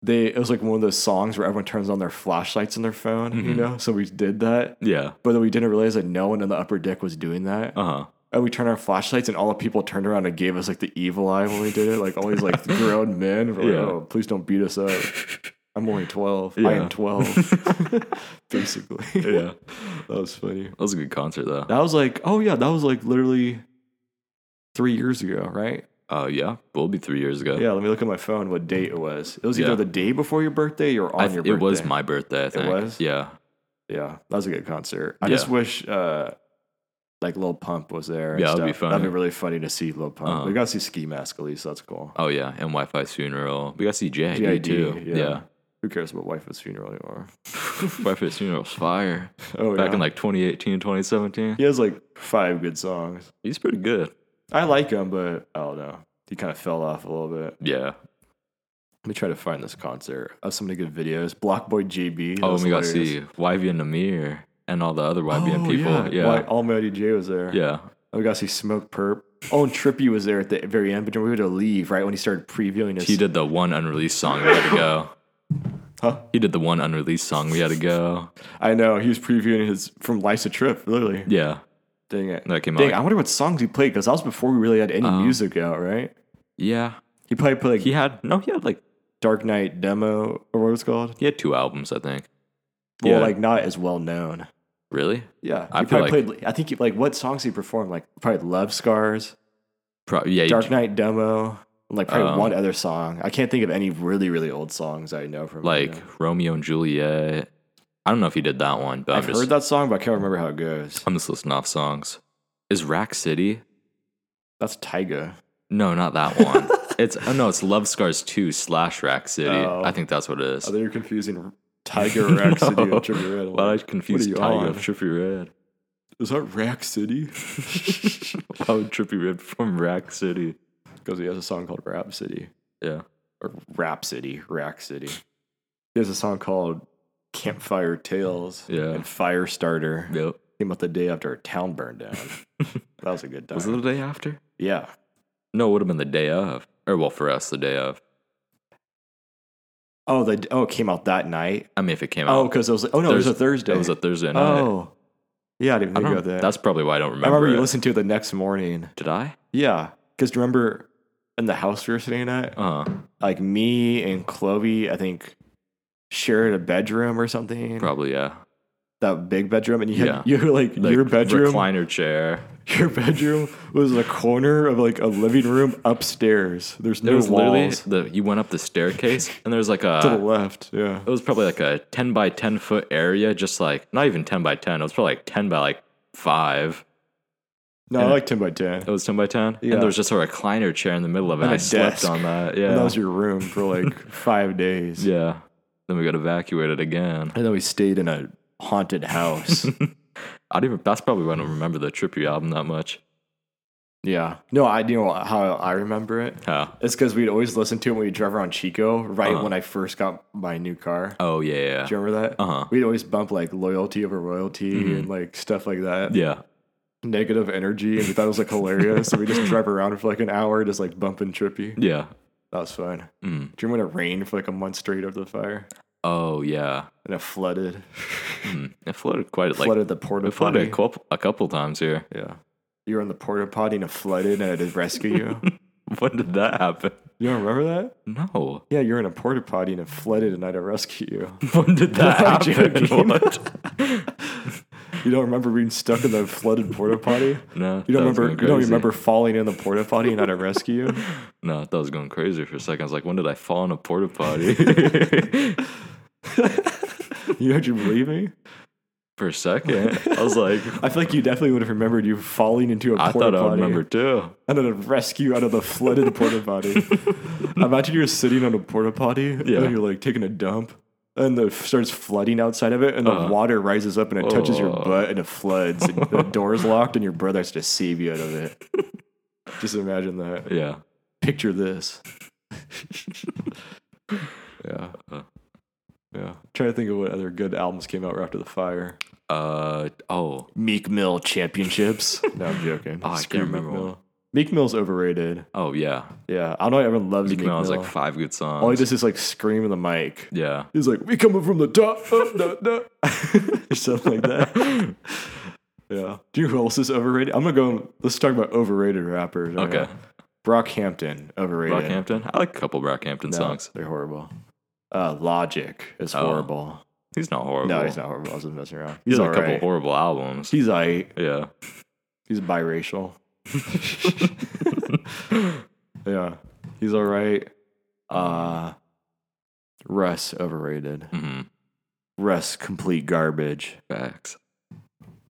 Speaker 1: they it was like one of those songs where everyone turns on their flashlights in their phone
Speaker 2: Mm-hmm.
Speaker 1: you know so we did that
Speaker 2: Yeah.
Speaker 1: but then we didn't realize that no one on the upper deck was doing that
Speaker 2: Uh huh.
Speaker 1: and we turned our flashlights and all the people turned around and gave us like the evil eye when we did it like all these like grown men were like
Speaker 2: Yeah.
Speaker 1: oh please don't beat us up i'm only 12 i
Speaker 2: Yeah.
Speaker 1: am 12 basically
Speaker 2: Yeah. That
Speaker 1: that was funny
Speaker 2: was a good concert though.
Speaker 1: that was like oh yeah that was like literally three years ago right
Speaker 2: Oh yeah, will be three years ago.
Speaker 1: Yeah, let me look at my phone what date it was. It was either
Speaker 2: Yeah.
Speaker 1: the day before your birthday or on
Speaker 2: I
Speaker 1: your
Speaker 2: th-
Speaker 1: birthday.
Speaker 2: it was my birthday. I think.
Speaker 1: was?
Speaker 2: Yeah.
Speaker 1: Yeah, that was a good concert. I
Speaker 2: Yeah.
Speaker 1: just wish uh like Lil Pump was there. and
Speaker 2: Yeah, that'd be
Speaker 1: stuff. That'd
Speaker 2: funny.
Speaker 1: be really funny to see Lil Pump.
Speaker 2: Uh-huh.
Speaker 1: We gotta see Ski Mask at least, that's cool.
Speaker 2: Oh yeah, and Wi-Fi funeral. We got to see JID,
Speaker 1: GID,
Speaker 2: too. Yeah.
Speaker 1: Who cares about Wife's funeral anymore?
Speaker 2: Wi-Fi funeral's fire.
Speaker 1: Oh
Speaker 2: Back
Speaker 1: yeah.
Speaker 2: in like 2018, 2017.
Speaker 1: he has like five good songs.
Speaker 2: He's pretty good.
Speaker 1: I like him, but I don't know. He kind of fell off a little bit.
Speaker 2: Yeah.
Speaker 1: Let me try to find this concert. I have so many good videos. Blockboy JB. that
Speaker 2: oh,
Speaker 1: was
Speaker 2: and we got to
Speaker 1: hilarious.
Speaker 2: see YV and Namir and all the other YBN
Speaker 1: Oh,
Speaker 2: people. Yeah. Yeah.
Speaker 1: Why- Almighty J was there. Oh, we got to see Smoke Perp. Oh, and Trippy was there at the very end, but we were to leave right when he started previewing his.
Speaker 2: He did the one unreleased song we had to go.
Speaker 1: Huh?
Speaker 2: He did the one unreleased song we had to go.
Speaker 1: I know he was previewing his from Lysa Trip, literally.
Speaker 2: Yeah.
Speaker 1: Dang it!
Speaker 2: That came out.
Speaker 1: Dang, I wonder what songs he played because that was before we really had any
Speaker 2: Oh.
Speaker 1: music out, right?
Speaker 2: yeah.
Speaker 1: He probably played like
Speaker 2: He had no. He had like
Speaker 1: Dark Knight demo or what it was called.
Speaker 2: he had two albums, I think.
Speaker 1: Well,
Speaker 2: Yeah.
Speaker 1: like not as well known.
Speaker 2: Really?
Speaker 1: Yeah,
Speaker 2: I
Speaker 1: he
Speaker 2: feel
Speaker 1: probably played. I think he, like what songs he performed, like probably "Love Scars,"
Speaker 2: Pro- yeah. you-
Speaker 1: "Dark Knight Demo," and, like probably
Speaker 2: Um,
Speaker 1: one other song. I can't think of any really really old songs I know from. him,
Speaker 2: like
Speaker 1: you know.
Speaker 2: Romeo and Juliet. I don't know if he did that one, but
Speaker 1: I've
Speaker 2: I'm just
Speaker 1: heard that song, but I can't remember how it goes.
Speaker 2: I'm just listing off songs. Is Rack City?
Speaker 1: That's Tyga.
Speaker 2: No, not that one. it's oh no, it's Love Scars Two slash Rack City.
Speaker 1: Oh.
Speaker 2: I think that's what it is.
Speaker 1: I think you're confusing Tiger Rack City
Speaker 2: No.
Speaker 1: and Trigger Red.
Speaker 2: Why did I
Speaker 1: What
Speaker 2: confuse
Speaker 1: are you
Speaker 2: Tiger
Speaker 1: on?
Speaker 2: of Trippy Red?
Speaker 1: Is that Rack City?
Speaker 2: Why would Trippy Red from Rack City?
Speaker 1: Because he has a song called Rap City.
Speaker 2: Yeah.
Speaker 1: Or Rap City. Rack City. He has a song called Campfire Tales
Speaker 2: Yeah.
Speaker 1: and Firestarter.
Speaker 2: Yep.
Speaker 1: Came out the day after a town burned down. that was a good time.
Speaker 2: Was it the day after?
Speaker 1: yeah.
Speaker 2: No, it would have been the day of. Or well, for us, the day of.
Speaker 1: Oh, they oh it came out that night.
Speaker 2: I mean, if it came
Speaker 1: Oh,
Speaker 2: out,
Speaker 1: because it was oh no, it was a
Speaker 2: Thurs-
Speaker 1: Thursday.
Speaker 2: it was a Thursday night.
Speaker 1: Oh. Yeah, I didn't
Speaker 2: I
Speaker 1: think
Speaker 2: don't-
Speaker 1: about that.
Speaker 2: That's probably why I don't
Speaker 1: I
Speaker 2: remember.
Speaker 1: remember you
Speaker 2: it.
Speaker 1: listened to it the next morning.
Speaker 2: Did I?
Speaker 1: Yeah. Because remember in the house we were sitting at?
Speaker 2: Uh,
Speaker 1: like me and Chloe, I think, shared a bedroom or something.
Speaker 2: probably yeah.
Speaker 1: That big bedroom, and you had
Speaker 2: Yeah.
Speaker 1: you were like
Speaker 2: The
Speaker 1: your bedroom.
Speaker 2: recliner chair.
Speaker 1: Your bedroom was a corner of like a living room upstairs. There's
Speaker 2: There
Speaker 1: no
Speaker 2: was literally
Speaker 1: walls
Speaker 2: the you went up the staircase and there was like a
Speaker 1: to the left. Yeah,
Speaker 2: it was probably like a 10 by 10 foot area just like not even 10 by 10 it was probably like 10 by like 5
Speaker 1: no, I like ten by ten.
Speaker 2: it was 10 by 10
Speaker 1: Yeah.
Speaker 2: and there was just a recliner chair in the middle of it
Speaker 1: And
Speaker 2: and
Speaker 1: a
Speaker 2: i slept
Speaker 1: desk.
Speaker 2: on that
Speaker 1: And
Speaker 2: yeah
Speaker 1: that was your room for like five days.
Speaker 2: yeah then we got evacuated again
Speaker 1: and then we stayed in a haunted house.
Speaker 2: i don't even that's probably why i don't remember the trippy album that much
Speaker 1: yeah, no, I you know how I remember it.
Speaker 2: oh,
Speaker 1: It's because we'd always listen to it when we drove around Chico, right
Speaker 2: Uh-huh.
Speaker 1: when I first got my new car.
Speaker 2: oh yeah
Speaker 1: Do you remember that?
Speaker 2: Uh-huh. Mm-hmm.
Speaker 1: We'd always bump like loyalty over royalty and like stuff like that.
Speaker 2: yeah
Speaker 1: Negative energy, and we thought it was like hilarious. so we just drive around for like an hour, just like bumping trippy.
Speaker 2: yeah
Speaker 1: That was fun. Do
Speaker 2: mm.
Speaker 1: you remember when it rained for like a month straight over the fire
Speaker 2: oh yeah
Speaker 1: and it flooded,
Speaker 2: mm. it flooded quite like
Speaker 1: flooded the porta
Speaker 2: it flooded
Speaker 1: potty?
Speaker 2: a couple, a couple times here
Speaker 1: yeah, you were in the porta potty and it flooded, and I had to rescue you.
Speaker 2: when did that happen
Speaker 1: you don't remember that?
Speaker 2: no
Speaker 1: Yeah, you were in a porta potty and it flooded, and I had to rescue you.
Speaker 2: when did that
Speaker 1: I'm
Speaker 2: happen
Speaker 1: joking.
Speaker 2: What?
Speaker 1: You don't remember being stuck in the flooded porta potty?
Speaker 2: no
Speaker 1: You don't
Speaker 2: that was
Speaker 1: remember?
Speaker 2: going
Speaker 1: You don't
Speaker 2: crazy.
Speaker 1: remember falling in the porta potty and I had to rescue you?
Speaker 2: No, I thought I was going crazy for a second. I was like, when did I fall in a porta potty?
Speaker 1: You had you believe me?
Speaker 2: for a second, I was like,
Speaker 1: I feel like you definitely would have remembered you falling into a
Speaker 2: I
Speaker 1: porta
Speaker 2: thought I
Speaker 1: potty.
Speaker 2: would remember too.
Speaker 1: And then a rescue out of the flooded porta potty. Imagine you're sitting on a porta potty
Speaker 2: Yeah.
Speaker 1: and then you're like taking a dump and it starts flooding outside of it and the
Speaker 2: Uh-huh.
Speaker 1: water rises up and it touches your
Speaker 2: Oh.
Speaker 1: butt and it floods and the door's locked and your brother has to save you out of it. Just imagine that.
Speaker 2: Yeah.
Speaker 1: Picture this. yeah.
Speaker 2: Uh,
Speaker 1: Yeah. trying to think of what other good albums came out right after the fire.
Speaker 2: Uh oh.
Speaker 1: Meek Mill Championships. no, I'm joking.
Speaker 2: Oh, I can't
Speaker 1: Screw Meek
Speaker 2: remember
Speaker 1: Mill.
Speaker 2: one.
Speaker 1: Meek Mill's overrated.
Speaker 2: Oh yeah.
Speaker 1: Yeah, I know everyone loves
Speaker 2: Meek
Speaker 1: Meek,
Speaker 2: Mill
Speaker 1: Mill.
Speaker 2: has like five good songs.
Speaker 1: All he does is like scream in the mic.
Speaker 2: yeah.
Speaker 1: He's like, "We coming from the top, uh, no, no," or something like that. yeah. Do you know who else is overrated? I'm gonna go. Let's talk about overrated rappers.
Speaker 2: Okay.
Speaker 1: Brockhampton, overrated.
Speaker 2: Brockhampton. I like a couple
Speaker 1: No,
Speaker 2: Brockhampton songs.
Speaker 1: They're horrible. Uh, Logic is
Speaker 2: Oh.
Speaker 1: horrible.
Speaker 2: He's not horrible.
Speaker 1: No, he's not horrible. I was just messing around.
Speaker 2: He's
Speaker 1: He's
Speaker 2: got a
Speaker 1: alright.
Speaker 2: couple horrible albums.
Speaker 1: He's aight.
Speaker 2: yeah.
Speaker 1: He's biracial. yeah, he's all right. Uh, Russ overrated.
Speaker 2: hmm
Speaker 1: Russ complete garbage,
Speaker 2: Facts.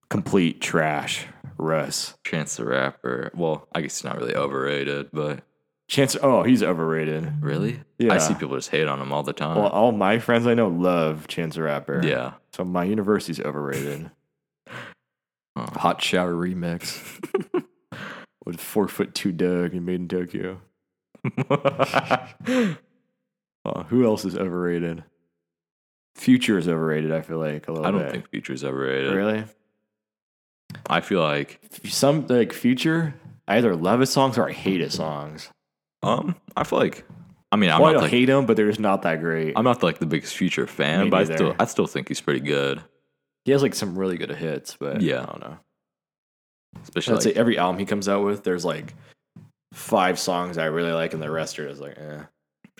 Speaker 1: complete trash. Russ
Speaker 2: Chance the Rapper. Well, I guess he's not really overrated, but
Speaker 1: Chance. Oh, he's overrated.
Speaker 2: really,
Speaker 1: Yeah.
Speaker 2: I see people just hate on him all the time.
Speaker 1: Well, uh, all my friends I know love Chance the Rapper.
Speaker 2: yeah.
Speaker 1: So my university's overrated.
Speaker 2: Huh.
Speaker 1: Hot shower remix with four foot two Doug and Made in Tokyo. Uh, who else is overrated? Future is overrated. I feel like a little.
Speaker 2: I don't
Speaker 1: bit.
Speaker 2: think Future's overrated.
Speaker 1: really.
Speaker 2: I feel like
Speaker 1: Some like Future. I either love his songs or I hate his songs.
Speaker 2: um I feel like I mean I'm
Speaker 1: well, I
Speaker 2: not
Speaker 1: don't
Speaker 2: like
Speaker 1: hate them, but they're just not that great.
Speaker 2: I'm not like the biggest Future fan,
Speaker 1: Me
Speaker 2: but I
Speaker 1: neither.
Speaker 2: still I still think he's pretty good.
Speaker 1: he has like some really good hits, but
Speaker 2: Yeah.
Speaker 1: I don't know.
Speaker 2: Especially
Speaker 1: I'd say
Speaker 2: like,
Speaker 1: every album he comes out with, there's like five songs I really like, and the rest are just like, eh.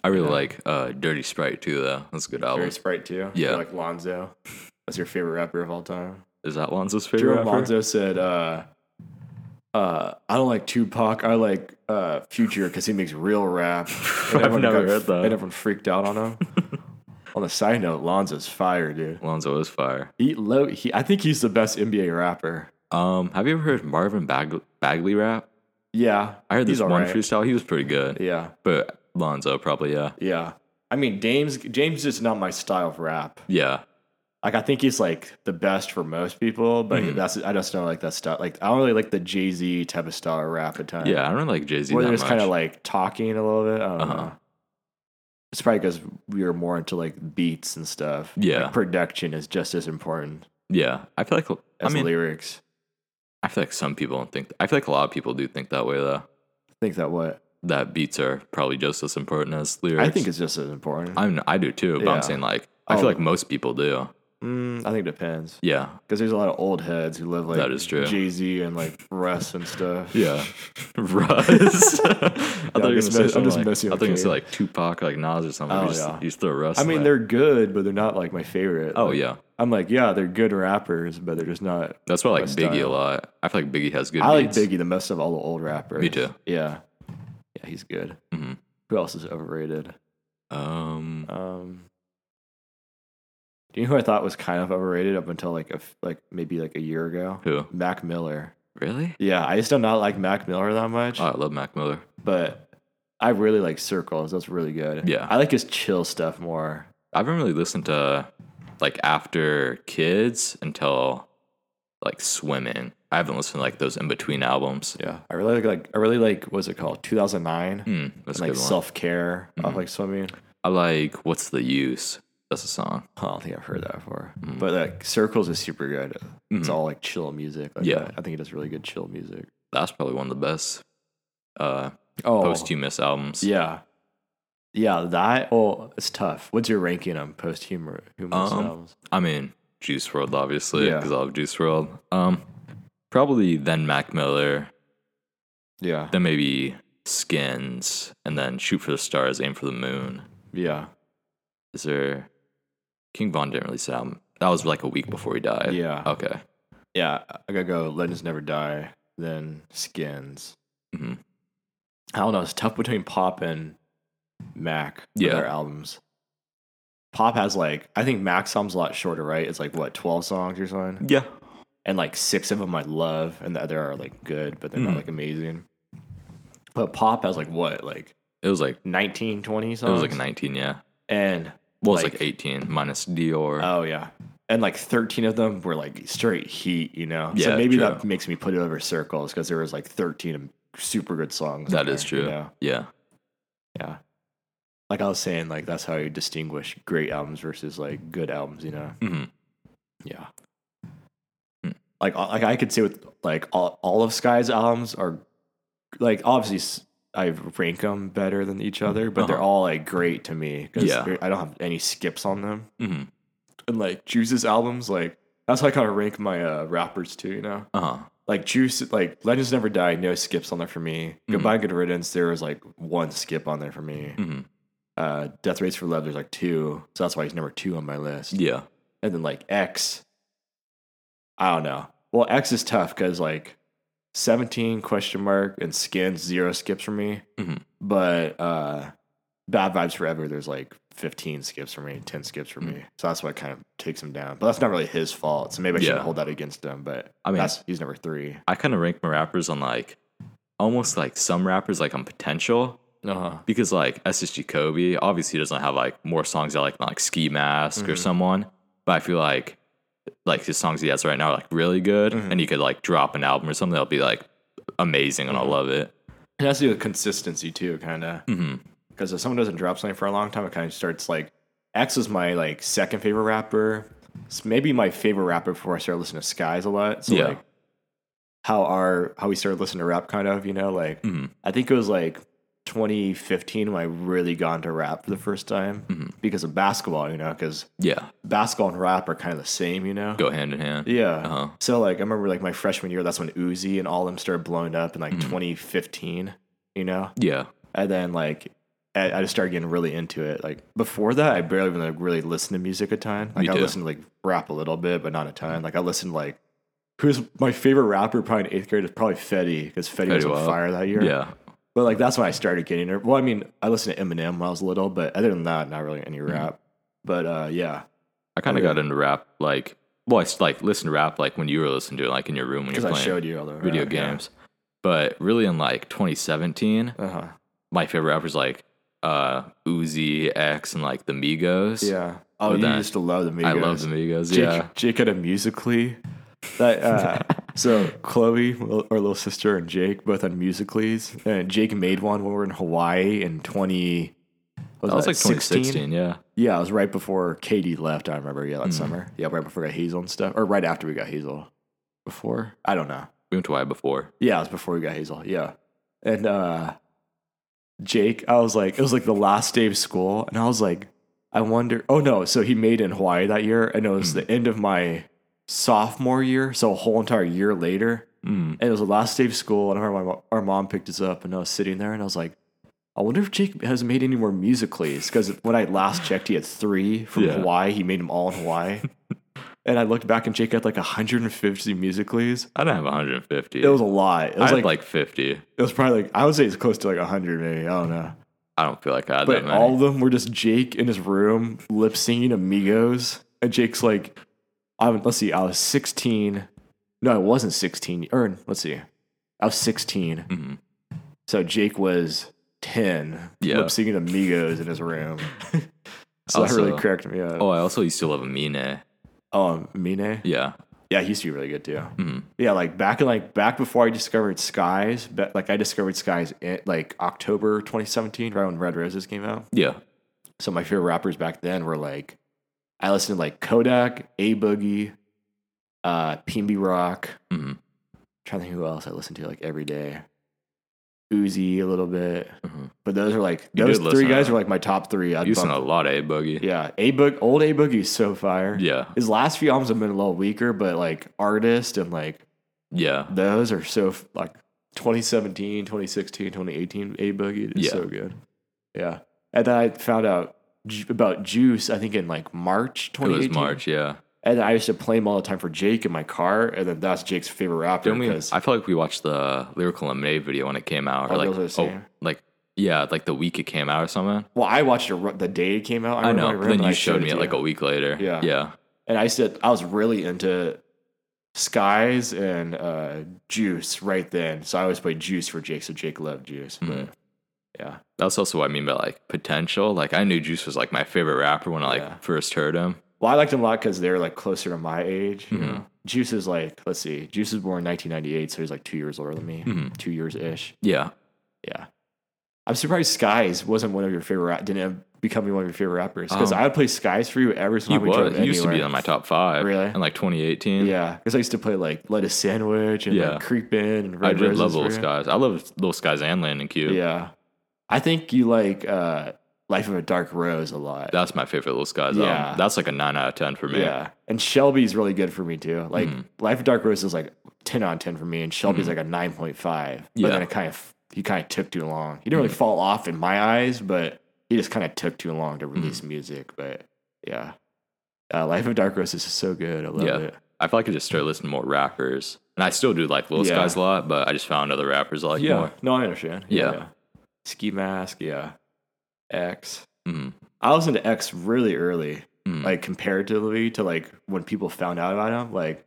Speaker 2: I really
Speaker 1: yeah.
Speaker 2: like uh Dirty Sprite too though. That's a good album.
Speaker 1: Very Sprite too.
Speaker 2: Yeah.
Speaker 1: like Lonzo. That's your favorite rapper of all time.
Speaker 2: Is that Lonzo's
Speaker 1: Drew
Speaker 2: favorite? rapper?
Speaker 1: Alonzo said, uh, uh, I don't like Tupac. I like uh, Future because he makes real rap. And
Speaker 2: I've
Speaker 1: everyone
Speaker 2: never
Speaker 1: got-
Speaker 2: heard that.
Speaker 1: And everyone freaked out on him. on the side note, Lonzo's fire, dude.
Speaker 2: Lonzo is fire.
Speaker 1: He, low, he, I think he's the best NBA rapper.
Speaker 2: Um, have you ever heard Marvin Bag- Bagley rap?
Speaker 1: Yeah.
Speaker 2: I heard this
Speaker 1: he's
Speaker 2: one
Speaker 1: alright.
Speaker 2: freestyle. He was pretty good.
Speaker 1: Yeah.
Speaker 2: But Lonzo probably, yeah.
Speaker 1: Yeah. I mean, James, James is not my style of rap.
Speaker 2: Yeah.
Speaker 1: Like, I think he's like the best for most people, but
Speaker 2: Hmm.
Speaker 1: that's, I just don't like that stuff. Like, I don't really like the Jay Z type of style of rap at times.
Speaker 2: Yeah, I don't really like Jay Z that
Speaker 1: whether
Speaker 2: much.
Speaker 1: it's kind of like talking a little bit. I don't
Speaker 2: Uh-huh.
Speaker 1: know. It's probably because we are more into like beats and stuff.
Speaker 2: Yeah.
Speaker 1: Like, production is just as important
Speaker 2: yeah, I feel like I
Speaker 1: as
Speaker 2: mean,
Speaker 1: lyrics.
Speaker 2: I feel like some people don't think. I feel like a lot of people do think that way though.
Speaker 1: I think that what
Speaker 2: That beats are probably just as important as lyrics.
Speaker 1: I think it's just as important.
Speaker 2: I'm I do too, but
Speaker 1: Yeah.
Speaker 2: I'm saying like I feel
Speaker 1: Oh.
Speaker 2: like most people do.
Speaker 1: Mm, I think it depends
Speaker 2: Yeah,
Speaker 1: because there's a lot of old heads who love like
Speaker 2: That is true.
Speaker 1: Jay Z and like Russ and stuff.
Speaker 2: yeah. Russ. I thought you were gonna
Speaker 1: just
Speaker 2: say
Speaker 1: mess- I'm
Speaker 2: something
Speaker 1: just messing
Speaker 2: like, I
Speaker 1: with
Speaker 2: thought you were gonna say
Speaker 1: you.
Speaker 2: like Tupac, or, like Nas or something.
Speaker 1: Oh,
Speaker 2: you, just,
Speaker 1: yeah.
Speaker 2: you just throw Russ.
Speaker 1: I
Speaker 2: in
Speaker 1: mean
Speaker 2: there.
Speaker 1: they're good, but they're not like my favorite.
Speaker 2: oh
Speaker 1: Like,
Speaker 2: yeah,
Speaker 1: I'm like yeah, they're good rappers, but they're just not.
Speaker 2: that's why I like
Speaker 1: my
Speaker 2: Biggie a
Speaker 1: style.
Speaker 2: lot. I feel like Biggie has good.
Speaker 1: I like
Speaker 2: beats.
Speaker 1: Biggie the most of all the old rappers.
Speaker 2: Me too.
Speaker 1: Yeah, yeah, he's good.
Speaker 2: Mhm.
Speaker 1: Who else is overrated?
Speaker 2: Um,
Speaker 1: Um, do you know who I thought was kind of overrated up until like a f like maybe like a year ago?
Speaker 2: who?
Speaker 1: Mac Miller.
Speaker 2: Really?
Speaker 1: Yeah, I just do not like Mac Miller that much,
Speaker 2: Oh, I love Mac Miller.
Speaker 1: but I really like Circles. That's really good.
Speaker 2: Yeah.
Speaker 1: I like his chill stuff more.
Speaker 2: I haven't really listened to like after kids until like swimming. I haven't listened to like those in between albums.
Speaker 1: Yeah, I really like like I really like what's it called? Two thousand nine.
Speaker 2: Hmm, that's a
Speaker 1: Like
Speaker 2: good one.
Speaker 1: self care of like swimming.
Speaker 2: I like what's the use? That's a song.
Speaker 1: I don't think I've heard that before. Mm. But like Circles is super good.
Speaker 2: Hmm,
Speaker 1: It's all like chill music. like
Speaker 2: Yeah.
Speaker 1: that. I think he does really good chill music.
Speaker 2: That's probably one of the best uh
Speaker 1: Oh,
Speaker 2: posthumous albums.
Speaker 1: Yeah. Yeah, that well, it's tough. What's your ranking on post humor humorous
Speaker 2: Um,
Speaker 1: albums?
Speaker 2: I mean Juice World obviously
Speaker 1: Yeah.
Speaker 2: because I love Juice World. Um probably then Mac Miller,
Speaker 1: Yeah.
Speaker 2: then maybe Skins, and then Shoot for the Stars, Aim for the Moon.
Speaker 1: Yeah.
Speaker 2: Is there King Von didn't release an album. That was like a week before he died.
Speaker 1: Yeah.
Speaker 2: Okay.
Speaker 1: Yeah. I gotta go Legends Never Die, then Skins.
Speaker 2: hmm
Speaker 1: I don't know, it's tough between Pop and Mac for
Speaker 2: Yeah.
Speaker 1: their albums. Pop has like I think Mac's album's a lot shorter, right? It's like what, twelve songs or something?
Speaker 2: Yeah.
Speaker 1: And like six of them I love and the other are like good, but they're
Speaker 2: Mhm.
Speaker 1: not like amazing. But Pop has like what, like
Speaker 2: It was like
Speaker 1: 19, 20
Speaker 2: it
Speaker 1: songs?
Speaker 2: was like 19, yeah.
Speaker 1: and
Speaker 2: Well, it's like 18 minus Dior.
Speaker 1: Oh yeah. And like 13 of them were like straight heat, you know.
Speaker 2: Yeah,
Speaker 1: so maybe
Speaker 2: true.
Speaker 1: that makes me put it over circles because there was like 13 super good songs.
Speaker 2: that
Speaker 1: in
Speaker 2: is
Speaker 1: there,
Speaker 2: true.
Speaker 1: you know?
Speaker 2: Yeah.
Speaker 1: Yeah. Like I was saying, like that's how you distinguish great albums versus like good albums, you know.
Speaker 2: hmm
Speaker 1: Yeah.
Speaker 2: Hmm.
Speaker 1: Like I- like I could say with like all, all of Sky's albums are like obviously s- I rank them better than each other, but they're
Speaker 2: Uh-huh.
Speaker 1: all like great to me because
Speaker 2: Yeah.
Speaker 1: I don't have any skips on them.
Speaker 2: hmm
Speaker 1: and like Juice's albums, like that's how I kind of rank my uh, rappers too, you know.
Speaker 2: Uh-huh.
Speaker 1: Like Juice, like Legends Never Die, no skips on there for me. Goodbye, Good Riddance, there was like one skip on there for me.
Speaker 2: hmm
Speaker 1: Uh, Death Race for Love, there's like two, so that's why he's number two on my list.
Speaker 2: Yeah.
Speaker 1: And then like X, I don't know. Well, X is tough because like seventeen question mark and Skins zero skips for me,
Speaker 2: Mhm.
Speaker 1: but uh, Bad Vibes Forever, there's like. 15 skips for me, 10 skips for
Speaker 2: Mm-hmm.
Speaker 1: me. So that's what kind of takes him down. But that's not really his fault. So maybe I shouldn't
Speaker 2: Yeah.
Speaker 1: hold that against him. But
Speaker 2: I mean-
Speaker 1: that's, he's number three.
Speaker 2: I kind of rank my rappers on like almost like some rappers like on potential
Speaker 1: Uh-huh.
Speaker 2: because like SSG Kobe obviously doesn't have like more songs that like than, like Ski Mask
Speaker 1: Mm-hmm.
Speaker 2: or someone, but I feel like like his songs he has right now are like really good
Speaker 1: Mm-hmm.
Speaker 2: and he could like drop an album or something that'll be like amazing
Speaker 1: Mm-hmm.
Speaker 2: and I'll love it.
Speaker 1: It has to do with consistency too, kind of.
Speaker 2: Mhm.
Speaker 1: Because if someone doesn't drop something for a long time, it kind of starts like X is my like second favorite rapper. It's maybe my favorite rapper before I started listening to Skies a lot. So
Speaker 2: Yeah.
Speaker 1: like how our how we started listening to rap, kind of, you know, like
Speaker 2: Mhm.
Speaker 1: I think it was like 2015 when I really got into rap for the first time
Speaker 2: Mm-hmm.
Speaker 1: because of basketball, you know, because
Speaker 2: Yeah,
Speaker 1: basketball and rap are kind of the same, you know.
Speaker 2: go hand in hand.
Speaker 1: Yeah.
Speaker 2: Uh-huh.
Speaker 1: So like I remember like my freshman year, that's when Uzi
Speaker 2: Mm-hmm.
Speaker 1: and all them started blowing up in like 2015. You know,
Speaker 2: Yeah.
Speaker 1: and then like I, I just started getting really into it. Like before that, I barely even like really listened to music a ton. Like
Speaker 2: Me
Speaker 1: I
Speaker 2: too.
Speaker 1: listened to like rap a little bit, but not a ton. Like I listened to, like who's my favorite rapper probably in eighth grade is probably Fetty because Fetty, was
Speaker 2: Fetty
Speaker 1: on
Speaker 2: Wap.
Speaker 1: fire that year.
Speaker 2: Yeah.
Speaker 1: But like that's when I started getting it. Well, I mean, I listened to Eminem when I was little, but other than that, not really
Speaker 2: Mm-hmm.
Speaker 1: any rap. But uh, Oh, yeah,
Speaker 2: I kind of got into rap like well, I s- like listened to rap like when you were listening to it, like in your room when you're
Speaker 1: because I
Speaker 2: playing
Speaker 1: showed you all the
Speaker 2: video
Speaker 1: rap, yeah.
Speaker 2: games. But really, in like 2017,
Speaker 1: Uh-huh.
Speaker 2: my favorite rappers like uh Uzi X and like the Migos.
Speaker 1: Yeah. Oh,
Speaker 2: But
Speaker 1: you
Speaker 2: then-
Speaker 1: used to love the Migos.
Speaker 2: I love the Migos.
Speaker 1: Jake,
Speaker 2: Yeah,
Speaker 1: Jake had a musically. That, uh, so Chloe, our little sister, and Jake both had musicallys. And Jake made one when we were in Hawaii in twenty.
Speaker 2: that was like 2016. Yeah,
Speaker 1: Yeah, it was right before Katie left. I remember.
Speaker 2: Mm-hmm.
Speaker 1: Yeah, that summer. Yeah, right before we got Hazel and stuff, or right after we got Hazel. Before I don't know.
Speaker 2: we went to Hawaii before.
Speaker 1: Yeah, it was before we got Hazel. Yeah. And uh Jake, I was like, it was like the last day of school, and I was like, I wonder oh no, so he made in Hawaii that year, and it was
Speaker 2: Hmm.
Speaker 1: the end of my sophomore year, so a whole entire year later.
Speaker 2: Mm.
Speaker 1: And it was the last day of school, and our, my, mo- our mom picked us up, and I was sitting there, and I was like, I wonder if Jake has made any more musicallys, because when I last checked, he had three from
Speaker 2: Yeah.
Speaker 1: Hawaii. He made them all in Hawaii. and I looked back, and Jake had like 150 musicallys.
Speaker 2: I didn't have 150.
Speaker 1: It was a lot. It
Speaker 2: I
Speaker 1: was
Speaker 2: had
Speaker 1: like
Speaker 2: like, 50.
Speaker 1: it was probably like I would say it's close to like hundred, maybe. I don't know.
Speaker 2: I don't feel like I had
Speaker 1: But
Speaker 2: that many.
Speaker 1: all of them were just Jake in his room lip syncing Amigos, and Jake's like, I was, let's see, I was sixteen. No, I wasn't sixteen. Or let's see, I was 16
Speaker 2: Mhm.
Speaker 1: So Jake was ten,
Speaker 2: Yeah.
Speaker 1: lip syncing Amigos in his room. so that
Speaker 2: Also-
Speaker 1: really cracked me up.
Speaker 2: oh, I also used to love Amine.
Speaker 1: Oh, um, Mine.
Speaker 2: Yeah,
Speaker 1: Yeah, he used to be really good too.
Speaker 2: Mhm.
Speaker 1: Yeah, like back in like back before I discovered Skies, but like I discovered Skies in like October 2017, right when Red Roses came out.
Speaker 2: yeah.
Speaker 1: So my favorite rappers back then were like I listened to like Kodak, A Boogie, uh, PB Rock.
Speaker 2: Mhm.
Speaker 1: Trying to think who else I listened to like every day. Uzi a little bit,
Speaker 2: Mhm.
Speaker 1: but those are like
Speaker 2: You
Speaker 1: those
Speaker 2: did
Speaker 1: three
Speaker 2: listen to-
Speaker 1: guys were like my top three. I'd
Speaker 2: You used to
Speaker 1: bump-
Speaker 2: a lot of A Boogie.
Speaker 1: yeah, A Boog, old A Boogie's so fire.
Speaker 2: Yeah.
Speaker 1: His last few albums have been a little weaker, but like artist and like
Speaker 2: yeah.
Speaker 1: those are so f- like 2017 2016 2018 a boogie is
Speaker 2: Yeah.
Speaker 1: so good yeah and then i found out Ju- about juice i think in like march
Speaker 2: It
Speaker 1: 2018
Speaker 2: was March. Yeah.
Speaker 1: and then i used to play him all the time for jake in my car and then that's jake's favorite rapper
Speaker 2: Didn't we? I
Speaker 1: 'cause-
Speaker 2: feel like we watched the lyrical lemonade video when it came out, or
Speaker 1: Oh,
Speaker 2: like,
Speaker 1: those are the
Speaker 2: oh,
Speaker 1: same.
Speaker 2: like yeah, like the week it came out or something.
Speaker 1: well i watched it ru- the day it came out
Speaker 2: I,
Speaker 1: remember
Speaker 2: know.
Speaker 1: my
Speaker 2: But
Speaker 1: room
Speaker 2: then
Speaker 1: and
Speaker 2: you
Speaker 1: I
Speaker 2: showed me
Speaker 1: to
Speaker 2: it like
Speaker 1: you.
Speaker 2: a week later.
Speaker 1: Yeah.
Speaker 2: Yeah.
Speaker 1: and i said i was really into skies and uh juice right then so i always played juice for jake so jake loved juice
Speaker 2: Mhm.
Speaker 1: but yeah
Speaker 2: That's also what I mean by like potential. Like I knew Juice was like my favorite rapper when I like
Speaker 1: Yeah.
Speaker 2: first heard him.
Speaker 1: Well, I liked him a lot because they're like closer to my age. You
Speaker 2: Mhm.
Speaker 1: know, Juice is like, let's see, Juice was born in 1998, so he's like two years older than me,
Speaker 2: Mhm.
Speaker 1: two years ish.
Speaker 2: Yeah.
Speaker 1: Yeah, I'm surprised Skies wasn't one of your favorite. Rap- didn't become one of your favorite rappers because
Speaker 2: Um,
Speaker 1: I would play Skies for you every
Speaker 2: He
Speaker 1: time we
Speaker 2: was.
Speaker 1: drove
Speaker 2: He used to be
Speaker 1: anywhere.
Speaker 2: in my top five.
Speaker 1: Really?
Speaker 2: In like 2018.
Speaker 1: Yeah, because I used to play like Lettuce Sandwich and
Speaker 2: Yeah.
Speaker 1: like Creep In and
Speaker 2: I
Speaker 1: Red
Speaker 2: did
Speaker 1: Roses
Speaker 2: love
Speaker 1: for
Speaker 2: Little
Speaker 1: you.
Speaker 2: Skies. I love Little Skies and Landon Cube.
Speaker 1: Yeah, I think you like uh, Life of a Dark Rose a lot.
Speaker 2: That's my favorite Little Skies.
Speaker 1: Yeah.
Speaker 2: Album. That's like a nine out of ten for me. Mm-hmm.
Speaker 1: Yeah. And Shelby's really good for me too. Like Life of Dark Rose is like 10 on 10 for me and Shelby's like a 9.5. But
Speaker 2: Yeah. Mm-hmm.
Speaker 1: then it kind of he kind of took too long. He didn't really fall off in my eyes, but he just kind of took too long
Speaker 2: Mm-hmm.
Speaker 1: to release music, but yeah. Uh, Life of Dark Rose is so good. I love
Speaker 2: Yeah.
Speaker 1: it.
Speaker 2: I feel like I just started listening to more rappers. And I still do like Little
Speaker 1: Yeah.
Speaker 2: Skies a lot, but I just found other rappers I like more.
Speaker 1: No, I understand.
Speaker 2: Yeah.
Speaker 1: Ski Mask, yeah. X.
Speaker 2: Mhm.
Speaker 1: I listened to X really early,
Speaker 2: Mm.
Speaker 1: like comparatively to like when people found out about him. Like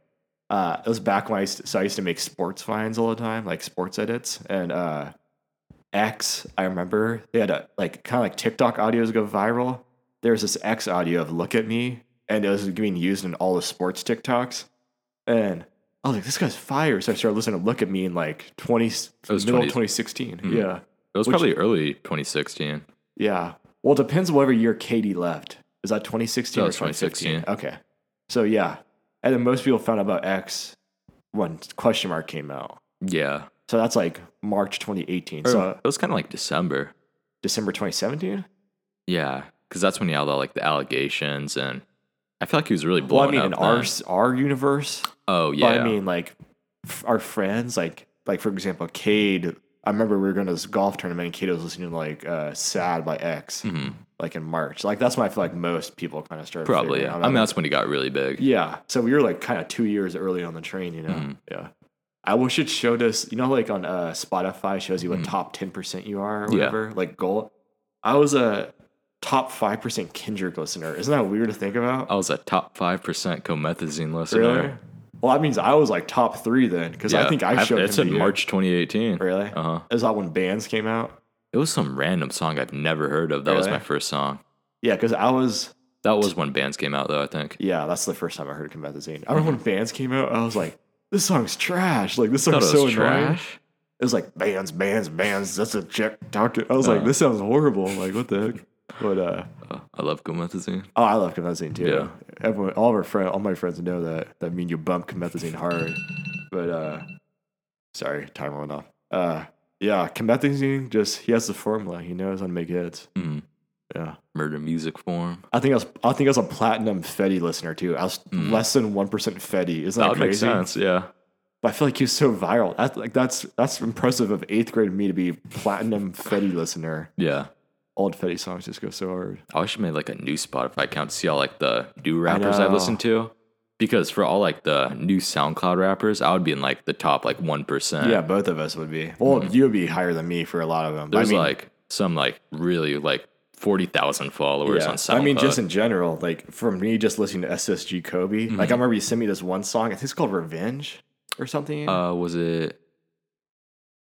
Speaker 1: uh, it was back when I used to, so I used to make sports finds all the time, like sports edits, and uh, X. I remember they had a like kind of like TikTok audios go viral. There was this X audio of "Look at Me," and it was being used in all the sports TikToks, and. I was like, this guy's fire. So I started listening to Look at Me in like 20,
Speaker 2: was
Speaker 1: middle of
Speaker 2: 20
Speaker 1: 2016.
Speaker 2: Mhm.
Speaker 1: Yeah.
Speaker 2: It was
Speaker 1: Which-
Speaker 2: probably early 2016.
Speaker 1: Yeah. Well, it depends whatever year Katie left. Is that 2016
Speaker 2: That
Speaker 1: or
Speaker 2: was
Speaker 1: 2015? Okay. So, yeah. And then most people found out about X when question mark came out.
Speaker 2: Yeah.
Speaker 1: So that's like March 2018.
Speaker 2: Or-
Speaker 1: So
Speaker 2: it was kind of like December.
Speaker 1: December 2017?
Speaker 2: Yeah. Because that's when he had all like the allegations and I feel like he was really
Speaker 1: Well, I
Speaker 2: blowing
Speaker 1: mean, in
Speaker 2: up.
Speaker 1: our,
Speaker 2: then.
Speaker 1: our universe,
Speaker 2: oh, yeah.
Speaker 1: But I mean, like f- our friends, like like for example, Cade I remember we were going to this golf tournament and Kato was listening to like uh, "Sad" by X,
Speaker 2: Hmm. Mm-hmm,
Speaker 1: like in March. Like that's when I feel like most people kind of started.
Speaker 2: Probably.
Speaker 1: figuring
Speaker 2: Yeah.
Speaker 1: out
Speaker 2: I
Speaker 1: that-
Speaker 2: mean, that's when he got really big.
Speaker 1: yeah. So we were like kind of two years early on the train, you know.
Speaker 2: Mm-hmm.
Speaker 1: Yeah. I wish it showed us, you know, like on uh, Spotify shows you what top ten percent you are or
Speaker 2: Mm-hmm. Yeah.
Speaker 1: whatever, like goal. I was a top five percent Kendrick listener. Isn't that weird to think about?
Speaker 2: I was a top 5% comethazine listener.
Speaker 1: really? Well, that means I was like top three then, because I
Speaker 2: Yeah,
Speaker 1: think I showed
Speaker 2: It's
Speaker 1: him
Speaker 2: in
Speaker 1: to you.
Speaker 2: March 2018.
Speaker 1: Really?
Speaker 2: Uh huh.
Speaker 1: Is that when bands came out?
Speaker 2: It was some random song I've never heard of. That was
Speaker 1: Really?
Speaker 2: my first song.
Speaker 1: Yeah, because I was.
Speaker 2: That was when bands came out, though. I think.
Speaker 1: Yeah, that's the first time I heard Comethazine. I remember when bands came out. I was like, this song's trash. Like this
Speaker 2: Mm-hmm. Thought
Speaker 1: song's
Speaker 2: it
Speaker 1: so
Speaker 2: was
Speaker 1: annoying.
Speaker 2: trash.
Speaker 1: It was like bands, bands, bands. That's a check talking. I was
Speaker 2: Uh-huh.
Speaker 1: like, this sounds horrible. Like, what the heck? But uh,
Speaker 2: Oh, I love Gomethazine.
Speaker 1: oh, I love comethazine too.
Speaker 2: Yeah.
Speaker 1: Everyone, all of our friend, all my friends know that. That mean you bump comethazine hard. But uh, sorry, timer went off. Uh, yeah, comethazine just he has the formula. He knows how to make hits.
Speaker 2: Mhm.
Speaker 1: Yeah,
Speaker 2: Murder music form.
Speaker 1: I think I was, I think I was a platinum Fetty listener too. I was less than one percent Fetty. Isn't that,
Speaker 2: Mm-hmm. That would
Speaker 1: crazy?
Speaker 2: make sense. Yeah.
Speaker 1: But I feel like he was so viral. That's like that's that's impressive of eighth grade me to be platinum Fetty listener.
Speaker 2: Yeah.
Speaker 1: old Fetty songs just go so hard.
Speaker 2: I should make like a new Spotify account to see all like the new rappers I
Speaker 1: know.
Speaker 2: listen to. Because for all like the new SoundCloud rappers, I would be in like the top like one percent.
Speaker 1: Yeah, both of us would be. Well, you would be higher than me for a lot of them.
Speaker 2: There's Mm-hmm. like some like really like forty thousand followers on SoundCloud.
Speaker 1: I mean, just in general, like for me, just listening to SSG Kobe.
Speaker 2: Mm-hmm.
Speaker 1: Like I remember you sent me this one song. I think it's called Revenge or something.
Speaker 2: uh, was it?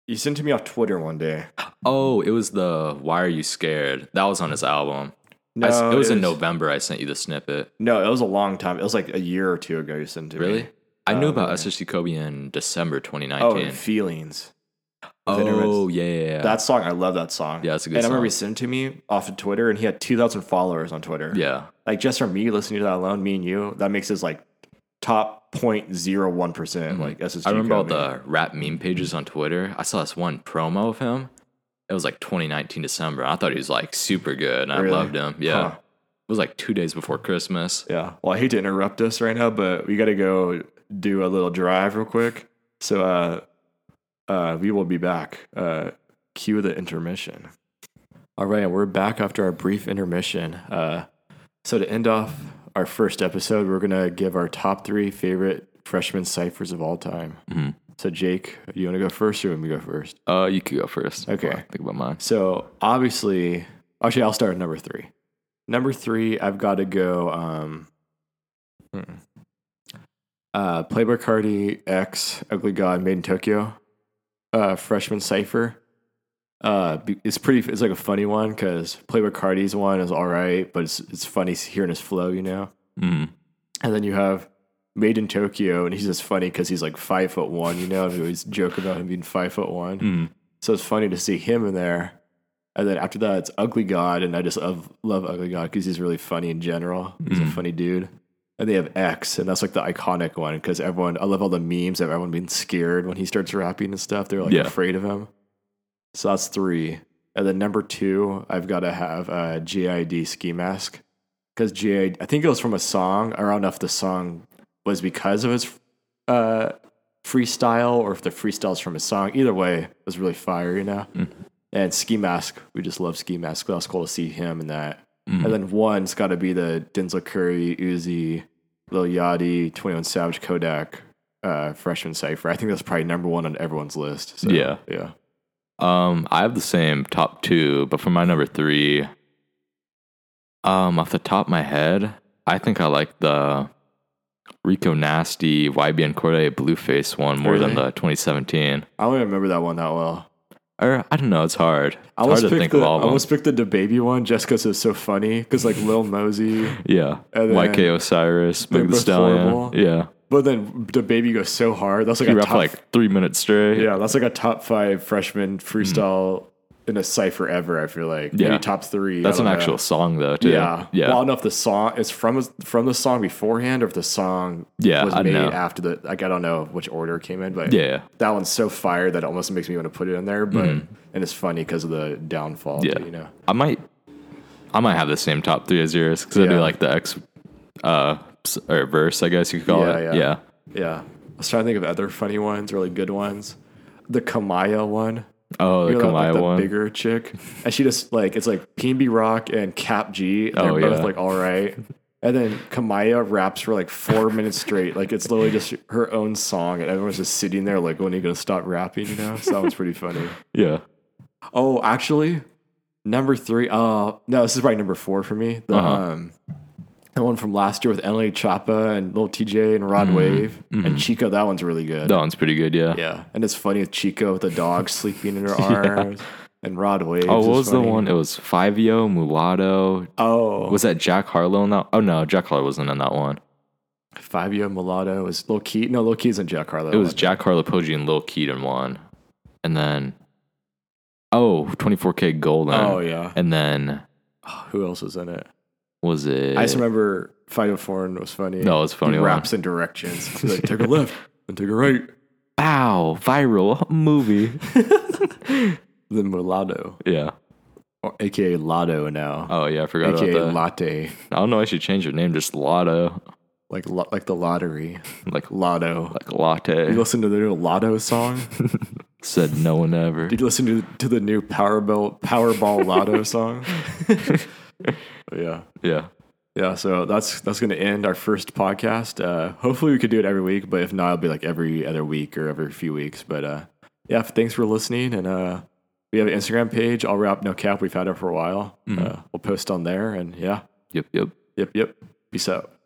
Speaker 1: you sent it to me off Twitter one day.
Speaker 2: Oh, it was the "Why Are You Scared" that was on his album. I s- it was in November. I sent you the snippet.
Speaker 1: No, it was a long time. It was like a year or two ago. You sent it to
Speaker 2: Really?
Speaker 1: me.
Speaker 2: I knew about SSG Kobe in December 2019.
Speaker 1: Oh, feelings.
Speaker 2: Oh,
Speaker 1: Intermits.
Speaker 2: yeah, yeah, yeah.
Speaker 1: That song, I love that song.
Speaker 2: Yeah, it's a good
Speaker 1: And I remember
Speaker 2: song.
Speaker 1: you sent it to me off of Twitter, and he had two thousand followers on Twitter.
Speaker 2: yeah.
Speaker 1: like just for me listening to that alone, me and you, that makes us like top 0.01 percent. Like SSG.
Speaker 2: Mm-hmm. I remember all
Speaker 1: Kobe.
Speaker 2: the rap meme pages on Twitter. I saw this one promo of him. It was like 2019 December. I thought he was like super good, and
Speaker 1: Really?
Speaker 2: I loved him. Yeah,
Speaker 1: Huh.
Speaker 2: it was like two days before Christmas.
Speaker 1: yeah. Well, I hate to interrupt us right now, but we got to go do a little drive real quick. So, uh, uh, we will be back. Uh, cue the intermission. All right, we're back after our brief intermission. Uh, so to end off our first episode, we're gonna give our top three favorite freshman ciphers of all time. So, Jake, do you want to go first, or you want me to go first?
Speaker 2: Uh, you could go first.
Speaker 1: Okay.
Speaker 2: Well, think about mine.
Speaker 1: So obviously, actually, I'll start at number three. Number three, I've got to go. Um, hmm. uh, Playboy Cardi X Ugly God Made in Tokyo, uh, Freshman Cipher. Uh, be- it's pretty. It's like a funny one because Playboy Cardi's one is all right, but it's it's funny hearing his flow, you know.
Speaker 2: Mm.
Speaker 1: And then you have Made in Tokyo, and he's just funny because he's like five foot one, you know. and We always joke about him being five foot one.
Speaker 2: mm,
Speaker 1: So it's funny to see him in there. And then after that, it's Ugly God, and I just love, love Ugly God because he's really funny in general. He's a funny dude. And they have X, and that's like the iconic one because everyone, I love all the memes of everyone being scared when he starts rapping and stuff. They're like
Speaker 2: Yeah.
Speaker 1: afraid of him. So that's three. And then number two, I've got to have uh, JID Ski Mask because JID, I think it was from a song. I don't know if the song was because of his uh, freestyle or if the freestyle's from his song. Either way, it was really fire, you know? And Ski Mask, we just love Ski Mask. That was cool to see him in that.
Speaker 2: Mm-hmm. mm.
Speaker 1: And then one's got to be the Denzel Curry, Uzi, Lil Yachty, 21 Savage, Kodak, uh, Freshman Cypher. I think that's probably number one on everyone's list. So,
Speaker 2: Yeah.
Speaker 1: Yeah.
Speaker 2: Um, I have the same top two, but for my number three, um, off the top of my head, I think I like the Rico Nasty YBN Corday Blueface one more than
Speaker 1: Really?
Speaker 2: the 2017.
Speaker 1: I don't even remember that one that well.
Speaker 2: Or I don't know, it's hard. It's
Speaker 1: I
Speaker 2: hard
Speaker 1: almost,
Speaker 2: to
Speaker 1: picked
Speaker 2: think
Speaker 1: the,
Speaker 2: of
Speaker 1: I
Speaker 2: all of them.
Speaker 1: almost picked the DaBaby one just because it's so funny. Because, like, Lil Mosey.
Speaker 2: Yeah.
Speaker 1: And then-
Speaker 2: YK Osiris, Big the
Speaker 1: both
Speaker 2: Stallion.
Speaker 1: horrible.
Speaker 2: Yeah.
Speaker 1: But then DaBaby goes so hard. That's like
Speaker 2: He
Speaker 1: a
Speaker 2: rapped
Speaker 1: top
Speaker 2: like three minutes straight.
Speaker 1: Yeah, that's like a top five freshman freestyle in a cipher ever. I feel like
Speaker 2: Yeah.
Speaker 1: maybe top three. I
Speaker 2: That's an
Speaker 1: don't know.
Speaker 2: actual song though, too.
Speaker 1: Yeah,
Speaker 2: Yeah.
Speaker 1: Well, I don't know if the song is from from the song beforehand or if the song
Speaker 2: Yeah,
Speaker 1: was
Speaker 2: I
Speaker 1: made
Speaker 2: know.
Speaker 1: after the. Like I don't know which order it came in, but
Speaker 2: yeah.
Speaker 1: that one's so fire that it almost makes me want to put it in there. But and it's funny because of the downfall.
Speaker 2: Mm-hmm. Yeah.
Speaker 1: too, you know.
Speaker 2: I might I might have the same top three as yours because I
Speaker 1: Yeah.
Speaker 2: do like the X uh s- or verse, I guess you could call
Speaker 1: Yeah,
Speaker 2: it.
Speaker 1: yeah.
Speaker 2: Yeah.
Speaker 1: Yeah, I was trying to think of other funny ones, really good ones. The Kamaya one.
Speaker 2: Oh, the
Speaker 1: You're like,
Speaker 2: Kamaya
Speaker 1: like, the
Speaker 2: one.
Speaker 1: bigger chick, and she just like it's like PNB Rock and Cap G. They're
Speaker 2: Oh,
Speaker 1: both
Speaker 2: yeah.
Speaker 1: like all right, and then Kamaya raps for like four minutes straight. Like it's literally just her own song, and everyone's just sitting there like, when are you gonna stop rapping? You know, so that was pretty funny.
Speaker 2: Yeah.
Speaker 1: Oh, actually, number three. Uh, no, this is probably number four for me. The
Speaker 2: Uh-huh.
Speaker 1: um, the one from last year with Emily Chapa and Lil TJ and
Speaker 2: Mm-hmm.
Speaker 1: Rod Wave and Chico. That one's really good.
Speaker 2: That one's pretty good, yeah.
Speaker 1: Yeah, and it's funny with Chico with the dog sleeping in her arms and Rod Wave.
Speaker 2: Oh, what was the one? It was Five Yo, Mulatto.
Speaker 1: Oh,
Speaker 2: Was that Jack Harlow in that? Oh no, Jack Harlow wasn't in that one.
Speaker 1: Five Year Mulatto was Lil Key. No, Lil Key's in Jack Harlow.
Speaker 2: It was Jack Harlow, Poggi, and Lil Keat in one, and then oh, 24K Golden.
Speaker 1: Oh yeah. Oh,
Speaker 2: and then
Speaker 1: Who else was in it?
Speaker 2: was it?
Speaker 1: I just remember Fido Foreign was funny.
Speaker 2: No, it's a funny
Speaker 1: He
Speaker 2: one.
Speaker 1: raps in directions. He's like, take a left and take a right.
Speaker 2: Wow, viral movie.
Speaker 1: Then Mulatto.
Speaker 2: yeah.
Speaker 1: or, aka Lotto now,
Speaker 2: Oh yeah, I forgot
Speaker 1: aka
Speaker 2: about that.
Speaker 1: Latte,
Speaker 2: I don't know. I should change your name. Just Lotto,
Speaker 1: like lo- like the lottery,
Speaker 2: like
Speaker 1: Lotto.
Speaker 2: like latte.
Speaker 1: You listen to the new Lotto song?
Speaker 2: Said no one ever.
Speaker 1: Did you listen to to the new Powerball Powerball Lotto song? yeah,
Speaker 2: yeah.
Speaker 1: yeah. So that's that's gonna end our first podcast. Uh, hopefully, we could do it every week, but if not, it'll be like every other week or every few weeks. But uh, yeah, thanks for listening and. uh we have an Instagram page, All Wrap No Cap. We've had it for a while. Uh, we'll post on there. And yeah,
Speaker 2: Yep. Yep.
Speaker 1: yep, yep. Peace out.